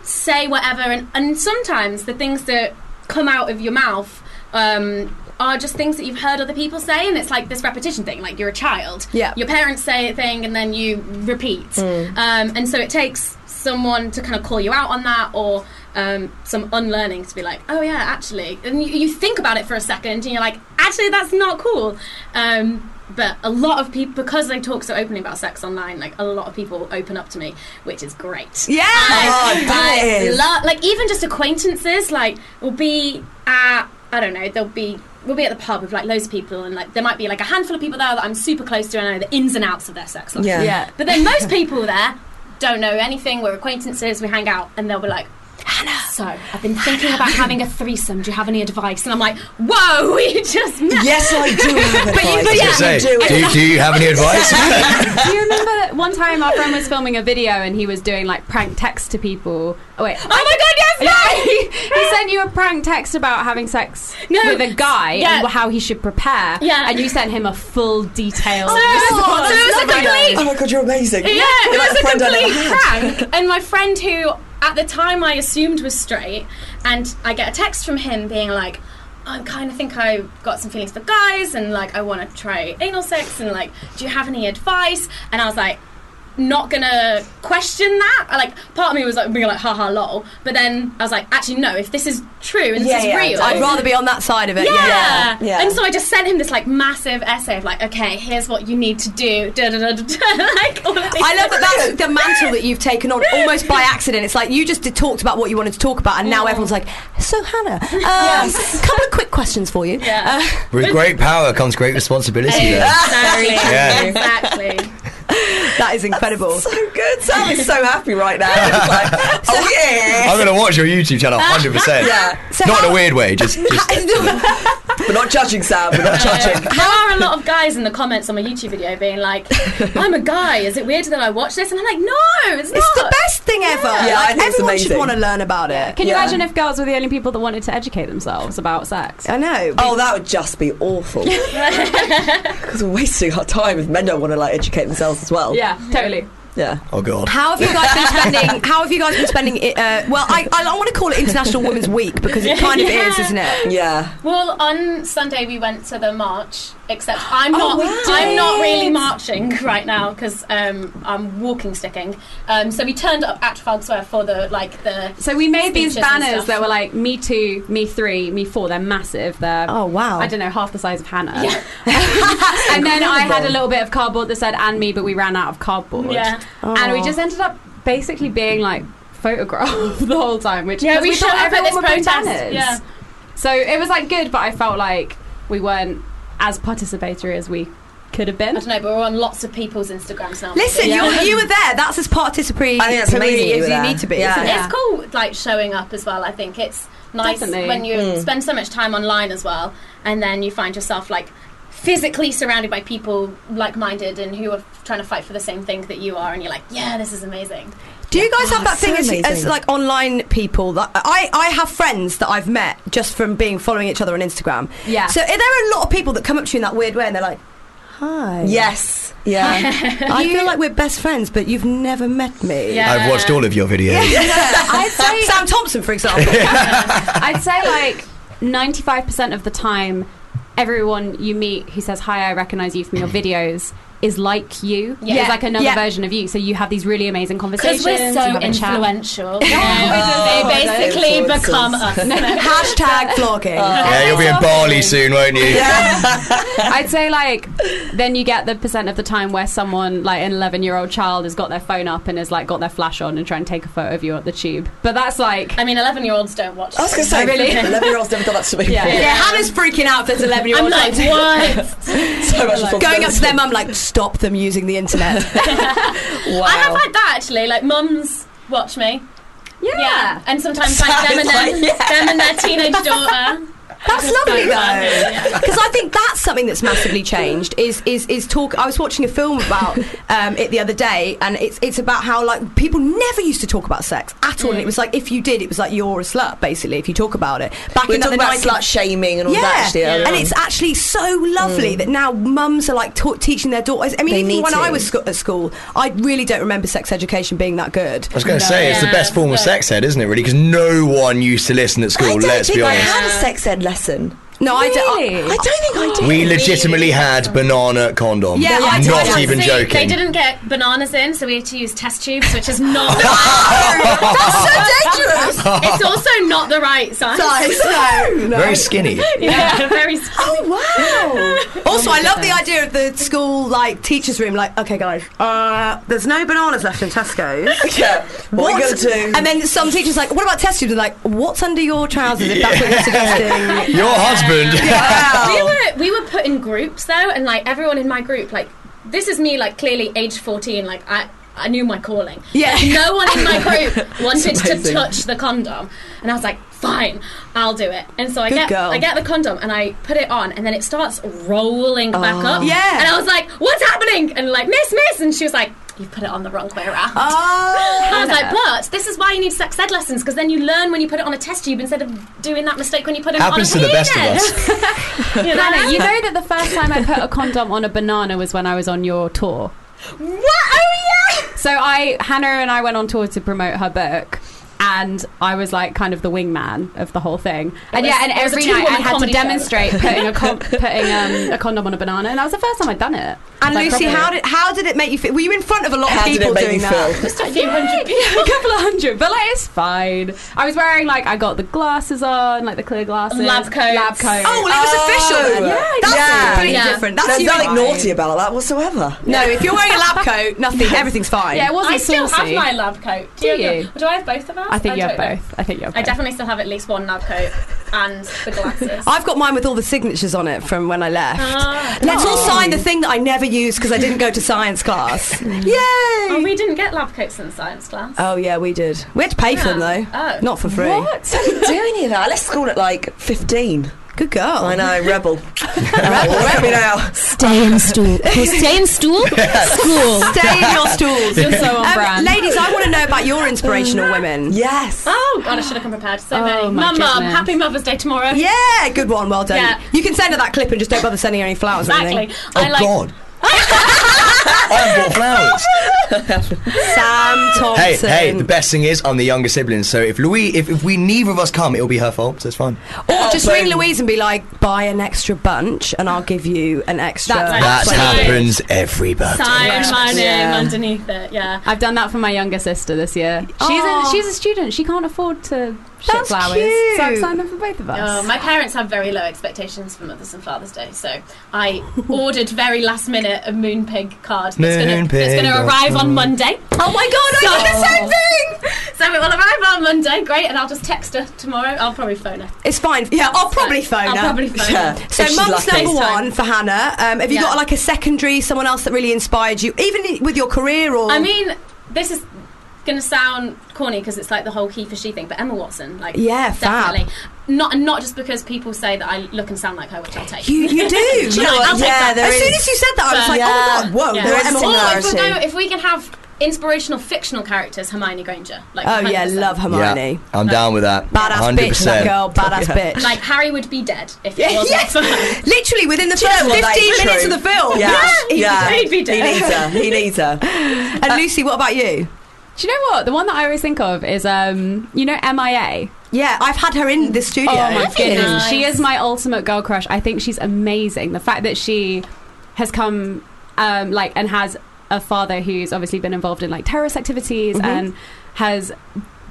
Speaker 4: say whatever, and, and sometimes the things that come out of your mouth um, are just things that you've heard other people say, and it's like this repetition thing. Like you're a child,
Speaker 7: Yeah.
Speaker 4: Your parents say a thing, and then you repeat, um, and so it takes someone to kind of call you out on that or. Um, some unlearning to be like, oh yeah, actually, and you, you think about it for a second, and you're like, actually, that's not cool. Um, but a lot of people, because they talk so openly about sex online, like a lot of people open up to me, which is great.
Speaker 7: Yeah.
Speaker 4: I,
Speaker 5: Oh, that
Speaker 4: I
Speaker 5: is-
Speaker 4: lo- like even just acquaintances, like will be at I don't know, they'll be we'll be at the pub with like loads of people, and like there might be like a handful of people there that I'm super close to, and I know the ins and outs of their sex life.
Speaker 5: Yeah. Yeah.
Speaker 4: But then most people there don't know anything. We're acquaintances. We hang out, and they'll be like. Hannah. So I've been thinking about having a threesome. Do you have any advice? And I'm like, whoa, we just met.
Speaker 5: Yes, I do have advice.
Speaker 10: I was gonna say, do, you, do you have any advice?
Speaker 11: Do you remember that one time our friend was filming a video and he was doing like prank texts to people? Oh wait.
Speaker 4: Oh my god, yes,
Speaker 11: Yeah, he, he sent you a prank text about having sex
Speaker 4: No.
Speaker 11: with a guy
Speaker 4: Yeah.
Speaker 11: and how he should prepare.
Speaker 4: Yeah.
Speaker 11: And you sent him a full detailed.
Speaker 4: So it was,
Speaker 11: response.
Speaker 4: so it was a complete
Speaker 5: Oh my god, you're amazing.
Speaker 4: Yeah,
Speaker 5: You're like
Speaker 4: it
Speaker 5: a friend
Speaker 4: was a
Speaker 5: I never
Speaker 4: complete
Speaker 5: had.
Speaker 4: prank. And my friend, who at the time I assumed was straight, and I get a text from him being like, "Oh, I kind of think I got some feelings for guys, and like I want to try anal sex, and like, do you have any advice? And I was like, not gonna question that. I, like, part of me was like being like, haha, lol. But then I was like, actually, no. If this is true and
Speaker 5: Yeah,
Speaker 4: this is
Speaker 5: yeah,
Speaker 4: real,
Speaker 7: I'd rather be on that side of it.
Speaker 4: yeah.
Speaker 5: Yeah.
Speaker 4: And so I just sent him this like massive essay of like, okay, here's what you need to do. Da, da, da, da, da, like all of these
Speaker 7: I love that that's the mantle that you've taken on almost by accident. It's like you just did, talked about what you wanted to talk about, and now everyone's like, "So Hannah, um, a couple of quick questions for you."
Speaker 4: Yeah.
Speaker 10: With great power comes great responsibility. though.
Speaker 4: Exactly.
Speaker 10: Yeah.
Speaker 4: Exactly.
Speaker 7: Uh, that is incredible.
Speaker 5: So good. Sam is so happy right now. He's like, oh yeah.
Speaker 10: I'm gonna watch your YouTube channel 100. percent
Speaker 5: Yeah.
Speaker 7: So
Speaker 10: Not in
Speaker 7: how-
Speaker 10: a weird way. Just, just
Speaker 5: We're not judging Sam. We're not judging.
Speaker 4: There are a lot of guys in the comments on my YouTube video being like, "I'm a guy. Is it weird that I watch this?" And I'm like, "No, it's not."
Speaker 7: It's the best thing ever.
Speaker 5: Yeah, I
Speaker 7: like,
Speaker 5: think it's
Speaker 7: everyone should
Speaker 5: amazing.
Speaker 7: want to learn about it.
Speaker 11: Can you
Speaker 5: Yeah.
Speaker 11: imagine if girls were the only people that wanted to educate themselves about sex?
Speaker 7: I know.
Speaker 5: Oh, that would just be awful. Because we're wasting our time if men don't want to like educate themselves as well.
Speaker 11: Yeah, totally.
Speaker 5: Yeah.
Speaker 10: oh god.
Speaker 7: How have you guys been spending? How have you guys been spending? It, uh, well, I, I don't want to call it International Women's Week because it kind of is,
Speaker 4: Yeah.
Speaker 7: isn't it?
Speaker 5: Yeah.
Speaker 4: Well, on Sunday we went to the march. Except I'm
Speaker 11: Oh,
Speaker 4: not.
Speaker 5: we
Speaker 4: I'm not really
Speaker 5: did.
Speaker 4: marching right now because um, I'm walking sticking. Um, so we turned up at Trafalgar Square for the like the.
Speaker 11: So we made these
Speaker 4: Speeches and
Speaker 11: banners
Speaker 4: stuff.
Speaker 11: that were like me two, me three, me four. They're massive. They're
Speaker 7: Oh, wow.
Speaker 11: I don't know, half the size of Hannah. and then I had a little bit of cardboard that said "and me," but we ran out of cardboard.
Speaker 4: Yeah.
Speaker 11: And we
Speaker 7: Aw.
Speaker 11: just ended up basically being like photographed the whole time, which
Speaker 4: Yeah,
Speaker 11: 'cause
Speaker 4: we, showed
Speaker 11: thought
Speaker 4: up at
Speaker 11: everyone
Speaker 4: this
Speaker 11: would bring
Speaker 4: protest.
Speaker 11: banners.
Speaker 4: Yeah.
Speaker 11: So it was like good, but I felt like we weren't as participatory as we could have
Speaker 4: I
Speaker 11: been.
Speaker 4: don't know, but we're on lots of people's Instagrams now.
Speaker 7: Listen,
Speaker 4: Yeah.
Speaker 7: you you were there. That's as participatory
Speaker 5: I think that's
Speaker 7: to me
Speaker 5: amazing you
Speaker 7: as
Speaker 5: were
Speaker 7: you
Speaker 5: there.
Speaker 7: need to be.
Speaker 5: Yeah.
Speaker 7: isn't it?
Speaker 4: it's cool like showing up as well i think it's nice
Speaker 11: Definitely.
Speaker 4: when you
Speaker 5: Mm.
Speaker 4: spend so much time online as well and then you find yourself like physically surrounded by people like-minded and who are trying to fight for the same thing that you are and you're like yeah this is amazing
Speaker 7: Do you guys
Speaker 5: Oh,
Speaker 7: have that
Speaker 5: so
Speaker 7: thing as, as
Speaker 5: amazing.
Speaker 7: like online people? That I, I have friends that I've met just from being following each other on Instagram.
Speaker 11: Yeah.
Speaker 7: So eh, there are a lot of people that come up to you in that weird way and they're like, "Hi."
Speaker 5: Yes. Yeah.
Speaker 7: I feel like we're best friends, but you've never met me.
Speaker 4: Yeah.
Speaker 10: I've watched all of your videos.
Speaker 11: I'd say
Speaker 7: Sam Thompson, for example.
Speaker 11: I'd say like 95% of the time everyone you meet who says hi, I recognize you from your videos is like you.
Speaker 4: Yeah.
Speaker 11: It's like another
Speaker 4: Yeah.
Speaker 11: version of you. So you have these really amazing conversations.
Speaker 4: Because we're
Speaker 11: you
Speaker 4: so
Speaker 11: have a chat.
Speaker 4: influential.
Speaker 11: Oh,
Speaker 4: they basically
Speaker 11: those
Speaker 4: become us.
Speaker 11: influencers.
Speaker 7: Hashtag flogging.
Speaker 10: yeah, you'll be in Bali soon, won't you?
Speaker 11: I'd say like then you get the percent of the time where someone like an 11 year old child has got their phone up and has like got their flash on and try and take a photo of you at the tube. But that's like
Speaker 4: I mean, 11 year olds don't watch.
Speaker 5: I was going to say,
Speaker 11: Really?
Speaker 5: 11 year olds never done that to me.
Speaker 11: Yeah.
Speaker 7: Yeah, Hannah's freaking out if there's 11 year
Speaker 4: I'm
Speaker 7: old
Speaker 4: like, what?
Speaker 5: So much
Speaker 7: Going up to
Speaker 5: responsibility.
Speaker 7: their mum, like, stop them using the internet.
Speaker 5: Wow.
Speaker 4: I have had that actually. Like, mums watch me.
Speaker 11: yeah.
Speaker 4: And sometimes, like, them and,
Speaker 5: Sounds
Speaker 4: their,
Speaker 5: like-
Speaker 4: them and their teenage daughter.
Speaker 7: That's lovely
Speaker 4: Yeah.
Speaker 7: though, because I think that's something that's massively changed. Is is is talk? I was watching a film about um, it the other day, and it's it's about how like people never used to talk about sex at all, and
Speaker 5: Mm.
Speaker 7: it was like if you did, it was like you're a slut basically if you talk about it. Back
Speaker 5: We're
Speaker 7: in
Speaker 5: talking
Speaker 7: like, the
Speaker 5: about
Speaker 7: 90s
Speaker 5: slut shaming and all that actually. earlier
Speaker 7: and
Speaker 5: on.
Speaker 7: it's actually so lovely that now mums are like ta- teaching their daughters. I mean,
Speaker 5: They
Speaker 7: even
Speaker 5: need
Speaker 7: when
Speaker 5: to.
Speaker 7: I was sco- at school, I really don't remember sex education being that good.
Speaker 10: I was going to say it's the best form of sex ed, isn't it? Really, because no one used to listen at
Speaker 5: I
Speaker 10: school.
Speaker 5: don't
Speaker 10: Let's
Speaker 5: think
Speaker 10: be
Speaker 5: I
Speaker 10: honest.
Speaker 5: had a sex ed lesson.
Speaker 7: No, I don't.
Speaker 11: Really?
Speaker 5: I don't think I did.
Speaker 10: We legitimately had banana condom.
Speaker 7: Yeah, I did.
Speaker 10: not
Speaker 7: Yeah,
Speaker 10: even
Speaker 4: See,
Speaker 10: joking.
Speaker 4: They didn't get bananas in, so we had to use test tubes, which is not.
Speaker 7: That's so dangerous.
Speaker 4: it's also not the right size.
Speaker 7: Guys, no, no.
Speaker 10: Very skinny.
Speaker 4: Yeah, very. s-
Speaker 7: Oh wow! also, I love the idea of the school like teachers' room. Like, okay, guys, uh, there's no bananas left in Tesco's.
Speaker 5: Yeah. What are we going to do?
Speaker 7: And then some teachers like, what about test tubes? And like, what's under your trousers? If that's what you're suggesting.
Speaker 10: Your husband.
Speaker 4: We were we were put in groups though, and like everyone in my group, like this is me, like clearly age fourteen, like I. I knew my calling.
Speaker 7: Yeah.
Speaker 4: No one in my group wanted to
Speaker 5: amazing.
Speaker 4: touch the condom, and I was like, "Fine, I'll do it." And so I
Speaker 7: Good
Speaker 4: get
Speaker 7: girl.
Speaker 4: I get the condom and I put it on, and then it starts rolling back
Speaker 11: Oh.
Speaker 4: up.
Speaker 7: Yeah.
Speaker 4: And I was like, "What's happening?" And like, "Miss, miss," and she was like, "You put it on the wrong way around."
Speaker 7: Oh.
Speaker 4: I was like, but this is why you need sex ed lessons because then you learn when you put it on a test tube instead of doing that mistake when you put it
Speaker 10: Happens
Speaker 4: on
Speaker 10: to
Speaker 4: a
Speaker 10: the best of us.
Speaker 4: You know?
Speaker 11: Anna, you know that the first time I put a condom on a banana was when I was on your tour.
Speaker 4: What? Oh yeah.
Speaker 11: So I, Hannah and I went on tour to promote her book. And I was like kind of the wingman of the whole thing, and
Speaker 4: was-
Speaker 11: yeah, and
Speaker 4: it was a
Speaker 11: every night I had
Speaker 4: two-woman
Speaker 11: to
Speaker 4: comedy show.
Speaker 11: demonstrate putting a con- putting um, a condom on a banana, and that was the first time I'd done it.
Speaker 7: And
Speaker 11: Like,
Speaker 7: Lucy,
Speaker 11: properly.
Speaker 7: how did how did it make you feel? Were you in front of a lot
Speaker 5: How
Speaker 7: of
Speaker 5: did
Speaker 7: people
Speaker 5: it make
Speaker 7: doing
Speaker 5: you
Speaker 7: that?
Speaker 5: feel?
Speaker 4: Just a few hundred people.
Speaker 11: Yeah, a couple of hundred, but like it's fine. I was wearing like I got the glasses on, like the clear glasses,
Speaker 4: Lab coats.
Speaker 11: lab coat.
Speaker 7: Oh, well, it was official.
Speaker 5: Yeah,
Speaker 7: that's
Speaker 5: yeah.
Speaker 7: completely
Speaker 4: Yeah.
Speaker 7: different. That's
Speaker 5: There's
Speaker 7: you
Speaker 5: nothing
Speaker 7: and I.
Speaker 5: naughty about that whatsoever.
Speaker 7: No, if you're wearing a lab coat, nothing, everything's fine.
Speaker 11: yeah, it wasn't
Speaker 4: I still
Speaker 11: saucy.
Speaker 4: have my lab coat.
Speaker 11: Do
Speaker 4: have
Speaker 11: you?
Speaker 4: them? Do I have both of us?
Speaker 11: I think you have
Speaker 4: don't know.
Speaker 11: both. I think you have both.
Speaker 4: I definitely still have at least one lab coat and the glasses.
Speaker 7: I've got mine with all the signatures on it from when I left.
Speaker 4: Ah.
Speaker 7: Let's all sign the thing that I never used because I didn't go to science class.
Speaker 4: Oh,
Speaker 7: Yay!
Speaker 4: we didn't get lab coats in science class.
Speaker 7: Oh yeah, we did. We had to pay for them though,
Speaker 4: Oh.
Speaker 7: not for free.
Speaker 5: I didn't do any of that. I left school at like 15.
Speaker 7: Good girl.
Speaker 5: I know, rebel. rebel, rebel now.
Speaker 12: Stay in stool. Stay in stool. School.
Speaker 7: Stay in your stools.
Speaker 11: You're so on brand.
Speaker 7: Um, ladies, I want to know about your inspirational women.
Speaker 5: Yes.
Speaker 4: Oh God, I should have come prepared. So
Speaker 11: Oh,
Speaker 4: many.
Speaker 11: my
Speaker 4: Mum, mum,
Speaker 11: goodness.
Speaker 4: happy Mother's Day tomorrow.
Speaker 7: Yeah, good one. Well done.
Speaker 4: Yeah.
Speaker 7: You can send her that clip and just don't bother sending her any flowers. or
Speaker 4: Exactly.
Speaker 7: anything.
Speaker 4: I
Speaker 10: Oh
Speaker 4: like
Speaker 10: God. I haven't bought flowers.
Speaker 7: Sam Thompson.
Speaker 10: Hey, hey, the best thing is I'm the younger sibling, so if Louis if, if we neither of us come, it'll be her fault, so it's fine.
Speaker 7: Or just
Speaker 5: Oh,
Speaker 7: ring
Speaker 5: boom.
Speaker 7: Louise and be like, buy an extra bunch and I'll give you an extra.
Speaker 11: That's-
Speaker 10: That
Speaker 4: Absolutely.
Speaker 10: happens every birthday.
Speaker 4: sign my name
Speaker 7: Yeah.
Speaker 4: underneath it. Yeah.
Speaker 11: Oh. I've done that for my younger sister this year. She's
Speaker 7: Aw.
Speaker 4: Oh.
Speaker 11: a she's a student. She can't afford to ship
Speaker 7: That's
Speaker 11: flowers,
Speaker 7: cute.
Speaker 11: so I've signed them for both of
Speaker 4: Oh,
Speaker 11: us.
Speaker 4: my parents have very low expectations for Mother's and Father's Day, so I ordered very last minute a Moonpig card that's going
Speaker 10: Moonpig
Speaker 4: to arrive on Monday.
Speaker 7: Oh my god, I did the same thing!
Speaker 4: So it will arrive on Monday, great, and I'll just text her tomorrow. I'll probably phone her.
Speaker 7: It's fine. Yeah, I'll probably phone
Speaker 4: I'll
Speaker 7: her.
Speaker 4: probably phone
Speaker 5: Yeah.
Speaker 4: her.
Speaker 7: So,
Speaker 5: If she's
Speaker 7: mum's
Speaker 5: lucky.
Speaker 7: number one for Hannah. Um, have you
Speaker 4: Yeah.
Speaker 7: got like a secondary, someone else that really inspired you, even i- with your career or?
Speaker 4: I mean, this is going to sound corny because it's like the whole he for she thing, but Emma Watson, like,
Speaker 7: Yeah, fab.
Speaker 4: definitely. Not and not just because people say that I look and sound like her, which I'll take.
Speaker 7: you, you do.
Speaker 4: you know what? I'll take
Speaker 5: Yeah,
Speaker 4: that.
Speaker 5: there
Speaker 7: as soon
Speaker 5: is-
Speaker 7: as you said that, I was
Speaker 4: But-
Speaker 7: like,
Speaker 5: Yeah.
Speaker 7: oh my god,
Speaker 5: Yeah.
Speaker 7: whoa, there
Speaker 5: There
Speaker 7: Emma
Speaker 5: is
Speaker 4: Or
Speaker 7: Watson.
Speaker 4: if we,
Speaker 5: similarity.
Speaker 4: no, if we can have inspirational fictional characters, Hermione Granger. Like,
Speaker 7: Oh yeah,
Speaker 4: 100%.
Speaker 7: love Hermione.
Speaker 10: Yeah, I'm down with that.
Speaker 7: Badass
Speaker 10: 100%.
Speaker 7: bitch, that girl. Badass bitch.
Speaker 10: Uh,
Speaker 4: Like Harry would be dead if it wasn't
Speaker 7: yes,
Speaker 4: for her.
Speaker 7: literally within the
Speaker 5: Do you
Speaker 7: first
Speaker 5: know what? That is
Speaker 7: 15 minutes
Speaker 5: true.
Speaker 7: of the film.
Speaker 5: Yeah, yeah.
Speaker 4: He'd be
Speaker 5: He
Speaker 4: dead.
Speaker 5: needs her. He needs her.
Speaker 7: And Lucy, what about you?
Speaker 11: Do you know what? The one that I always think of is, um, you know, MIA.
Speaker 7: Yeah, I've had her in the studio.
Speaker 11: Oh my
Speaker 7: Lovely.
Speaker 11: goodness,
Speaker 7: Nice.
Speaker 11: she is my ultimate girl crush. I think she's amazing. The fact that she has come, um, like, and has a father who's obviously been involved in like terrorist activities
Speaker 7: Mm-hmm.
Speaker 13: Mhm.
Speaker 11: and has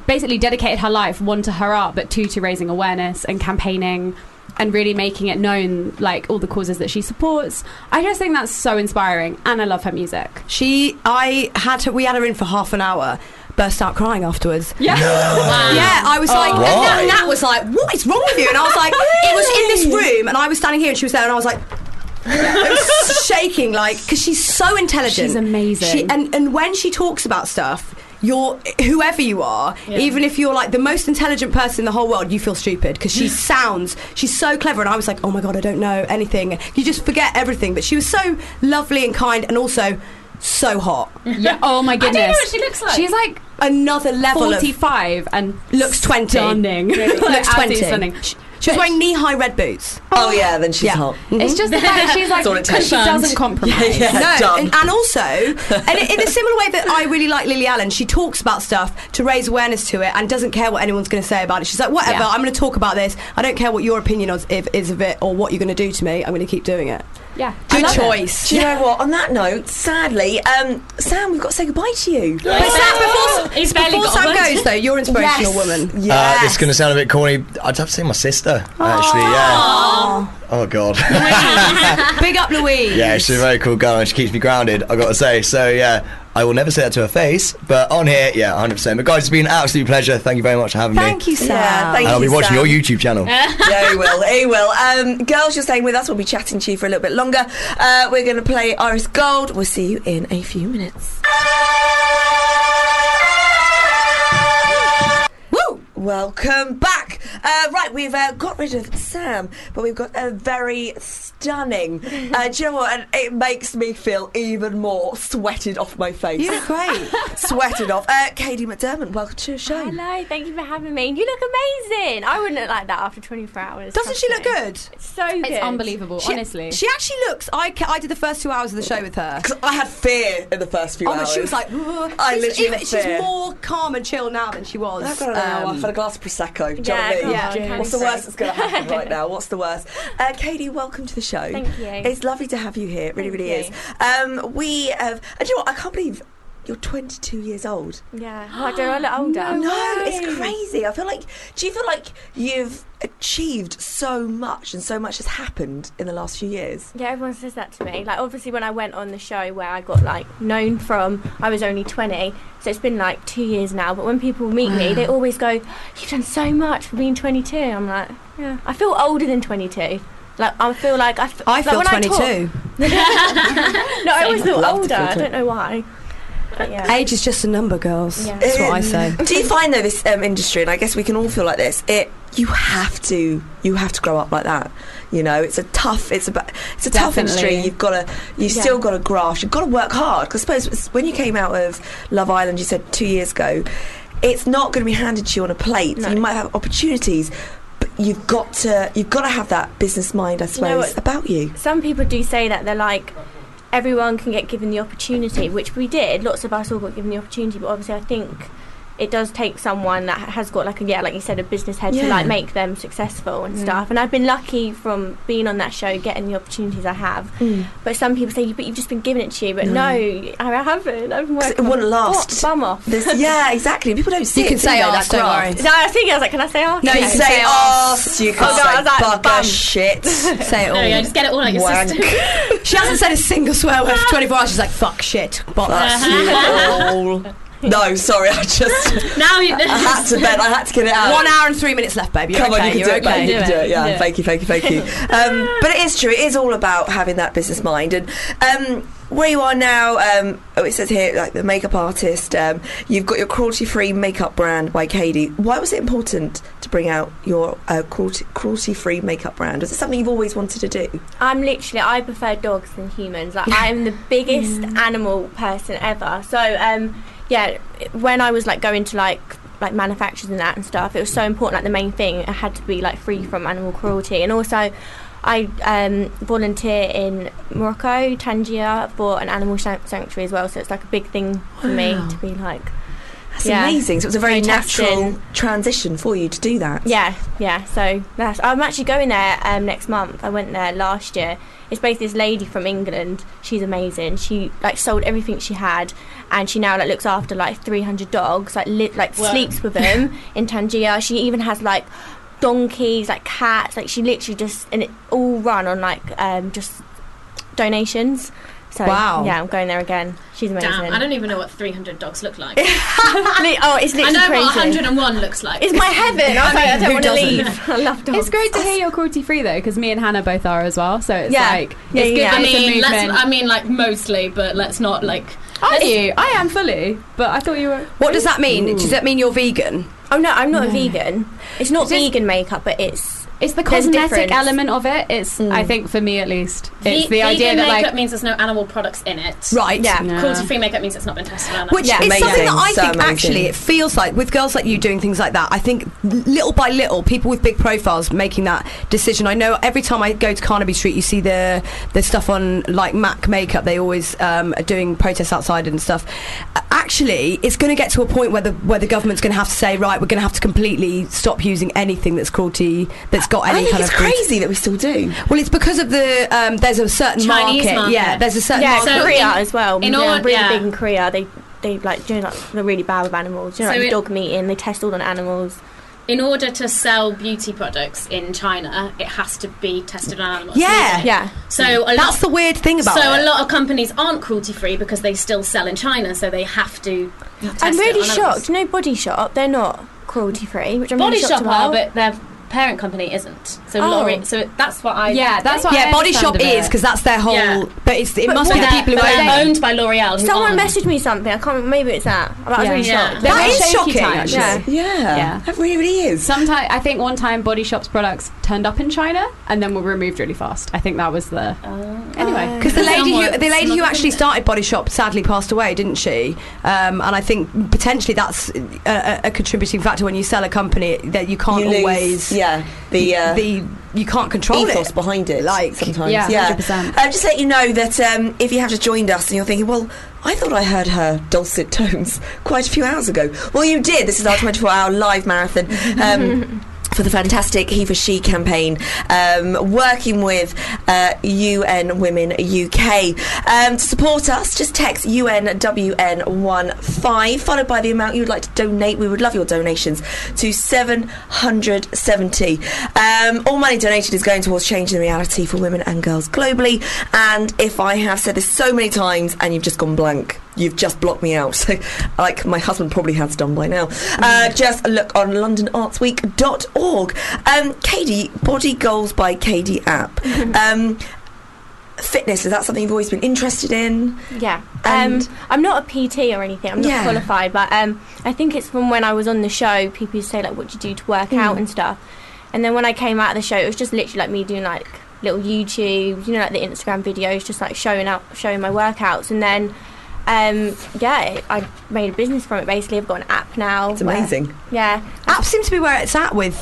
Speaker 11: basically dedicated her life one to her art, but two to raising awareness and campaigning. And really making it known, like all the causes that she supports. I just think that's so inspiring, and I love her music.
Speaker 7: She, I had her, we had her in for half an hour. Burst out crying afterwards.
Speaker 11: Yeah. Wow.
Speaker 7: Yeah, I was
Speaker 11: Oh.
Speaker 7: like, and Nat,
Speaker 11: Why?
Speaker 7: Nat was like, what is wrong with you? And I was like, it was in this room, and I was standing here, and she was there, and I was like, I was shaking, like, because she's so intelligent.
Speaker 11: She's amazing.
Speaker 7: She, and, and when she talks about stuff, you're whoever you are,
Speaker 11: Yeah.
Speaker 7: even if you're like the most intelligent person in the whole world, you feel stupid because she sounds, she's so clever. And I was like, oh my God, I don't know anything. You just forget everything. But she was so lovely and kind and also so hot.
Speaker 11: Yeah. Oh my
Speaker 7: I don't
Speaker 11: goodness.
Speaker 7: know what she looks like.
Speaker 11: She's like
Speaker 7: another level of-
Speaker 11: 45 and
Speaker 7: Looks 20.
Speaker 11: Stunning.
Speaker 7: Really?
Speaker 11: Like,
Speaker 7: Looks 20.
Speaker 11: absolutely Stunning.
Speaker 7: She, she was wearing knee high red boots.
Speaker 5: Oh, yeah, then she's
Speaker 7: Yeah.
Speaker 5: hot.
Speaker 11: It's just the fact that she's like
Speaker 5: That's all it takes.
Speaker 11: she doesn't compromise.
Speaker 5: Yeah, yeah,
Speaker 7: no,
Speaker 5: done.
Speaker 7: and, and also, and in a similar way that I really like Lily Allen, she talks about stuff to raise awareness to it and doesn't care what anyone's going to say about it. She's like, whatever,
Speaker 11: Yeah.
Speaker 7: I'm going to talk about this. I don't care what your opinion is, if, is of it or what you're going to do to me. I'm going to keep doing it.
Speaker 11: Yeah.
Speaker 7: Good choice.
Speaker 5: Do you know what? On that note, sadly, um, Sam, we've got to say goodbye to you.
Speaker 7: But Sam, before,
Speaker 5: He's barely
Speaker 7: before
Speaker 5: got
Speaker 7: Sam
Speaker 5: one.
Speaker 7: goes, though, you're an inspirational
Speaker 5: Yes.
Speaker 7: woman.
Speaker 10: Uh, it's going to sound a bit corny. I'd have to say my sister, actually.
Speaker 5: uh,
Speaker 10: Yeah. Oh God.
Speaker 7: Big up Louise.
Speaker 10: yeah, she's a very cool girl and she keeps me grounded. I got to say. So yeah, I will never say that to her face, but on here, yeah, 100. percent But guys, it's been an absolute pleasure. Thank you very much for having me.
Speaker 7: Thank you, Sam.
Speaker 5: Yeah, thank
Speaker 10: and I'll
Speaker 5: you,
Speaker 10: be watching
Speaker 5: Sam.
Speaker 10: your YouTube channel.
Speaker 5: yeah, he will. He will. Um, girls, you're staying with us. We'll be chatting to you for a little bit longer. Uh, we're going to play Iris Gold. We'll see you in a few minutes. Woo! Welcome back. Uh, right, we've uh, got rid of Sam, but we've got a very stunning. Uh, do you know what? And it makes me feel even more sweated off my face.
Speaker 7: You look great.
Speaker 5: sweated off. Uh, Katie McDermott, welcome to the show.
Speaker 14: Hello, thank you for having me. You look amazing. I wouldn't look like that after 24 hours.
Speaker 7: Doesn't she look good?
Speaker 14: It's so good.
Speaker 7: She- She actually looks. I, ca- I did the first two hours of the show with her.
Speaker 5: I had fear in the first few
Speaker 7: Oh,
Speaker 5: hours.
Speaker 7: but she was like,
Speaker 5: I
Speaker 7: she's,
Speaker 5: literally
Speaker 7: even-
Speaker 5: had
Speaker 7: she's
Speaker 5: fear.
Speaker 7: more calm and chill now than she was. um,
Speaker 5: I've got an
Speaker 14: um,
Speaker 5: hour for a glass of prosecco. Do you
Speaker 7: Yeah,
Speaker 5: know what
Speaker 7: yeah,
Speaker 5: I mean?
Speaker 7: yeah.
Speaker 5: What's the worst that's going to happen right now? What's the worst? Uh, Katie, welcome to the show.
Speaker 14: Thank you.
Speaker 5: It's lovely to have you here. It really,
Speaker 14: Thank
Speaker 5: really
Speaker 14: you.
Speaker 5: is. Um, we have. And do you know what? I can't believe you're 22 years old.
Speaker 14: Yeah. Oh, do I look older?
Speaker 5: No, it's crazy. I feel like. Do you feel like you've achieved so much and so much has happened in the last few years?
Speaker 14: Yeah, everyone says that to me. Like, obviously, when I went on the show where I got like known from, I was only 20, so it's been like two years now. But when people meet me, they always go, "You've done so much for being 22." I'm like, yeah, I feel older than 22. Like, I feel like I. f-
Speaker 7: I
Speaker 14: like,
Speaker 7: feel
Speaker 14: when
Speaker 7: 22.
Speaker 14: I talk, no, I always
Speaker 7: Same.
Speaker 14: feel
Speaker 7: Love to
Speaker 14: older.
Speaker 7: feel
Speaker 14: I
Speaker 7: tw-
Speaker 14: don't know why. But yeah.
Speaker 7: Age is just a number, girls.
Speaker 14: Yeah.
Speaker 7: That's what I say.
Speaker 5: Um, Do you find though this um, industry, and I guess we can all feel like this, it you have to you have to grow up like that. You know, it's a tough it's a ba- it's a tough industry.
Speaker 13: Definitely.
Speaker 5: You've got to you have
Speaker 13: Yeah.
Speaker 5: still got to graft. You've got to work hard. 'Cause I suppose it's- when you came out of Love Island, you said two years ago, it's not going to be handed to you on a plate. You might have opportunities, but you've got to you've got to have that business mind, I
Speaker 14: You know
Speaker 5: suppose,
Speaker 14: what?
Speaker 5: about you.
Speaker 14: Some people do say that they're like everyone can get given the opportunity, which we did. Lots of us all got given the opportunity, but obviously, I think it does take someone that has got like a yeah, like you said, a business head to
Speaker 13: Yeah.
Speaker 14: like make them successful and
Speaker 13: Mm.
Speaker 14: stuff. And I've been lucky from being on that show, getting the opportunities I have.
Speaker 4: Mm.
Speaker 7: Mm.
Speaker 14: But some people say, but you've just been given it to you. But no, I haven't. I've been
Speaker 5: 'Cause
Speaker 14: working.
Speaker 5: it wouldn't
Speaker 14: on-
Speaker 5: last.
Speaker 14: Oh, bum off.
Speaker 5: This, yeah, exactly. People don't see it.
Speaker 14: can
Speaker 5: do
Speaker 14: say
Speaker 5: they?
Speaker 14: arse,
Speaker 5: That
Speaker 14: don't
Speaker 5: graft.
Speaker 14: worry. No, I was thinking, I was like, can I say arse?
Speaker 5: No, you
Speaker 14: Yeah.
Speaker 5: can say arse. You can
Speaker 14: Oh, God, I
Speaker 5: say
Speaker 14: was like,
Speaker 5: bugger,
Speaker 14: bum.
Speaker 5: shit.
Speaker 7: Say it all.
Speaker 4: No, yeah, just get it all out your
Speaker 7: Wank.
Speaker 4: system.
Speaker 7: she hasn't said a single swear word for 24 hours. She's like, fuck shit.
Speaker 4: Uh-huh.
Speaker 5: That's you all. No, sorry, I just
Speaker 4: now you.
Speaker 5: I had to bed. I had to get it out.
Speaker 7: One hour and three minutes left, baby. You're
Speaker 5: Come
Speaker 7: okay.
Speaker 5: on, you can
Speaker 7: are
Speaker 5: do it,
Speaker 7: okay.
Speaker 5: babe. You can do it. Yeah, thank you, thank you, thank you. Um, but it is true. It is all about having that business mind and. Um, where you are now, um, oh, it says here, like the makeup artist, um, you've got your cruelty free makeup brand by Katie. Why was it important to bring out your uh, cruelty free makeup brand? Was it something you've always wanted to do?
Speaker 14: I'm literally I prefer dogs than humans. Like I am the biggest
Speaker 5: Mm.
Speaker 14: animal person ever. So um yeah, when I was like going to like like manufacturers and that and stuff, it was so important. Like the main thing, it had to be like free from animal cruelty, and also. I um, volunteer in Morocco, Tangier, for an animal san- sanctuary as well. So it's like a big thing for me
Speaker 13: Wow.
Speaker 14: to be like
Speaker 5: That's amazing. So it was a very natural transition for you to do that.
Speaker 14: Yeah, yeah. So that's. I'm actually going there um, next month. I went there last year. It's basically this lady from England. She's amazing. She like sold everything she had, and she now like looks after like 300 dogs. Like li- like
Speaker 13: Wow.
Speaker 14: sleeps with them in Tangier. She even has like donkeys, like cats. Like she literally just and it all run on like um, just donations. So
Speaker 4: Wow.
Speaker 14: yeah, I'm going there again. She's amazing.
Speaker 4: Damn, I don't even know what 300 dogs look like.
Speaker 14: Li- oh, it's literally
Speaker 4: I know what
Speaker 14: crazy.
Speaker 4: 101 looks like.
Speaker 14: It's my heaven. I was like, I don't want to leave. I love dogs.
Speaker 11: It's great to hear you're cruelty free though, because me and Hannah both are as well. So it's
Speaker 14: Yeah.
Speaker 11: like
Speaker 14: Yeah,
Speaker 11: it's good.
Speaker 14: yeah,
Speaker 11: that
Speaker 4: I
Speaker 11: it's a
Speaker 4: mean, let's,
Speaker 11: movement.
Speaker 4: I mean, like mostly, but let's not like.
Speaker 11: Are
Speaker 4: let's-
Speaker 11: you? I am fully, but I thought you were.
Speaker 7: What does that mean? Does that mean you're vegan?
Speaker 14: Oh no, I'm not a vegan. It's not vegan makeup, but it's
Speaker 11: it's the
Speaker 14: there's a
Speaker 11: cosmetic
Speaker 14: difference.
Speaker 11: element of it. It's I think for me at least, it's
Speaker 4: Ve-
Speaker 11: the idea
Speaker 4: vegan
Speaker 11: that
Speaker 4: makeup
Speaker 11: like
Speaker 4: means there's no animal products in it.
Speaker 7: Right. Yeah. Yeah.
Speaker 4: Cruelty-free makeup means it's not been tested on animals.
Speaker 7: Which is something that I think actually it feels like with girls like you doing things like that. I think little by little, people with big profiles making that decision. I know every time I go to Carnaby Street, you see the the stuff on like Mac makeup. They always um, are doing protests outside and stuff. Uh, Actually, it's going to get to a point where the where the government's going to have to say, right, we're going to have to completely stop using anything that's cruelty that's got any
Speaker 5: I think
Speaker 7: kind
Speaker 5: it's
Speaker 7: of
Speaker 5: crazy that we still do.
Speaker 7: Well, it's because of the um, there's a certain
Speaker 14: Chinese market.
Speaker 7: Yeah, there's a certain
Speaker 14: yeah,
Speaker 7: market.
Speaker 14: Korea as well.
Speaker 4: in
Speaker 14: yeah,
Speaker 4: all-
Speaker 14: really
Speaker 4: yeah.
Speaker 14: big in Korea. They they like do you know, like, they're really bad with animals. Do you know,
Speaker 4: So
Speaker 14: like
Speaker 4: it-
Speaker 14: dog meeting. They test all on animals.
Speaker 4: in order to sell beauty products in China, it has to be tested on animals.
Speaker 7: Yeah.
Speaker 14: yeah.
Speaker 4: So a
Speaker 7: that's
Speaker 4: lot,
Speaker 7: the weird thing about
Speaker 4: so
Speaker 7: it.
Speaker 4: a lot of companies aren't cruelty free because they still sell in China, so they have to. Test
Speaker 14: I'm
Speaker 4: it
Speaker 14: really
Speaker 4: on
Speaker 14: shocked. No Body Shop, they're not cruelty free, which I'm
Speaker 4: Body
Speaker 14: really shocked
Speaker 4: Shop
Speaker 14: about.
Speaker 4: are, but their parent company isn't. So
Speaker 14: Oh.
Speaker 4: L'Oreal. So that's what I.
Speaker 14: Yeah, that's what
Speaker 7: yeah,
Speaker 14: I
Speaker 7: Body
Speaker 14: understand
Speaker 7: Shop
Speaker 14: of it.
Speaker 7: is because that's their whole.
Speaker 4: Yeah.
Speaker 7: But it's, it
Speaker 14: But
Speaker 7: must
Speaker 14: what-
Speaker 7: be the
Speaker 14: They're-
Speaker 7: people who
Speaker 14: but
Speaker 7: own
Speaker 14: they're
Speaker 7: it.
Speaker 4: owned by L'Oreal. who
Speaker 14: Someone
Speaker 4: aren't.
Speaker 14: messaged me something. I can't. Maybe it's that. But I was
Speaker 11: Yeah.
Speaker 14: really
Speaker 11: Yeah.
Speaker 14: shocked.
Speaker 11: They're That really is shaky shocking, times.
Speaker 14: Yeah.
Speaker 11: actually.
Speaker 5: That really is.
Speaker 11: Sometimes I think one time Body Shop's products turned up in China and then were removed really fast. I think that was the
Speaker 4: Oh. Uh,
Speaker 11: anyway
Speaker 7: Because Uh, the lady who the lady who
Speaker 11: Someone-
Speaker 7: actually started Body Shop sadly passed away, didn't she? Um, and I think potentially that's a, a, a contributing factor when you sell a company that you can't
Speaker 5: You lose,
Speaker 7: always
Speaker 5: yeah, the, uh,
Speaker 7: the you can't control
Speaker 5: ethos
Speaker 7: it.
Speaker 5: behind it. Like sometimes,
Speaker 7: Yeah,
Speaker 5: yeah.
Speaker 7: 100%.
Speaker 5: Um, just to let you know that um, if you have just joined us and you're thinking, well, I thought I heard her dulcet tones quite a few hours ago. Well, you did. This is our 24-hour live marathon. Um, For the fantastic He for She campaign, um, working with uh, UN Women UK. Um, to support us, just text UNWN15, followed by the amount you'd like to donate. We would love your donations to 770. Um, all money donated is going towards changing the reality for women and girls globally. And if I have said this so many times and you've just gone blank, you've just blocked me out. So, like my husband probably has done by now. Uh, just look on londonartsweek.org. Um, Katie, Body Goals by Katie app. um, fitness, is that something you've always been interested in?
Speaker 14: Yeah. Um,
Speaker 5: And-
Speaker 14: I'm not a PT or anything. I'm not
Speaker 5: Yeah.
Speaker 14: qualified, but um, I think it's from when I was on the show. People used to say like, "What do you do to work out
Speaker 13: Mm.
Speaker 14: and stuff?" And then when I came out of the show, it was just literally like me doing like little YouTube, you know, like the Instagram videos, just like showing out, showing my workouts, and then. Um, yeah, I made a business from it. Basically, I've got an app now.
Speaker 7: It's
Speaker 14: where-
Speaker 7: amazing.
Speaker 14: yeah,
Speaker 7: App seems to be where it's at with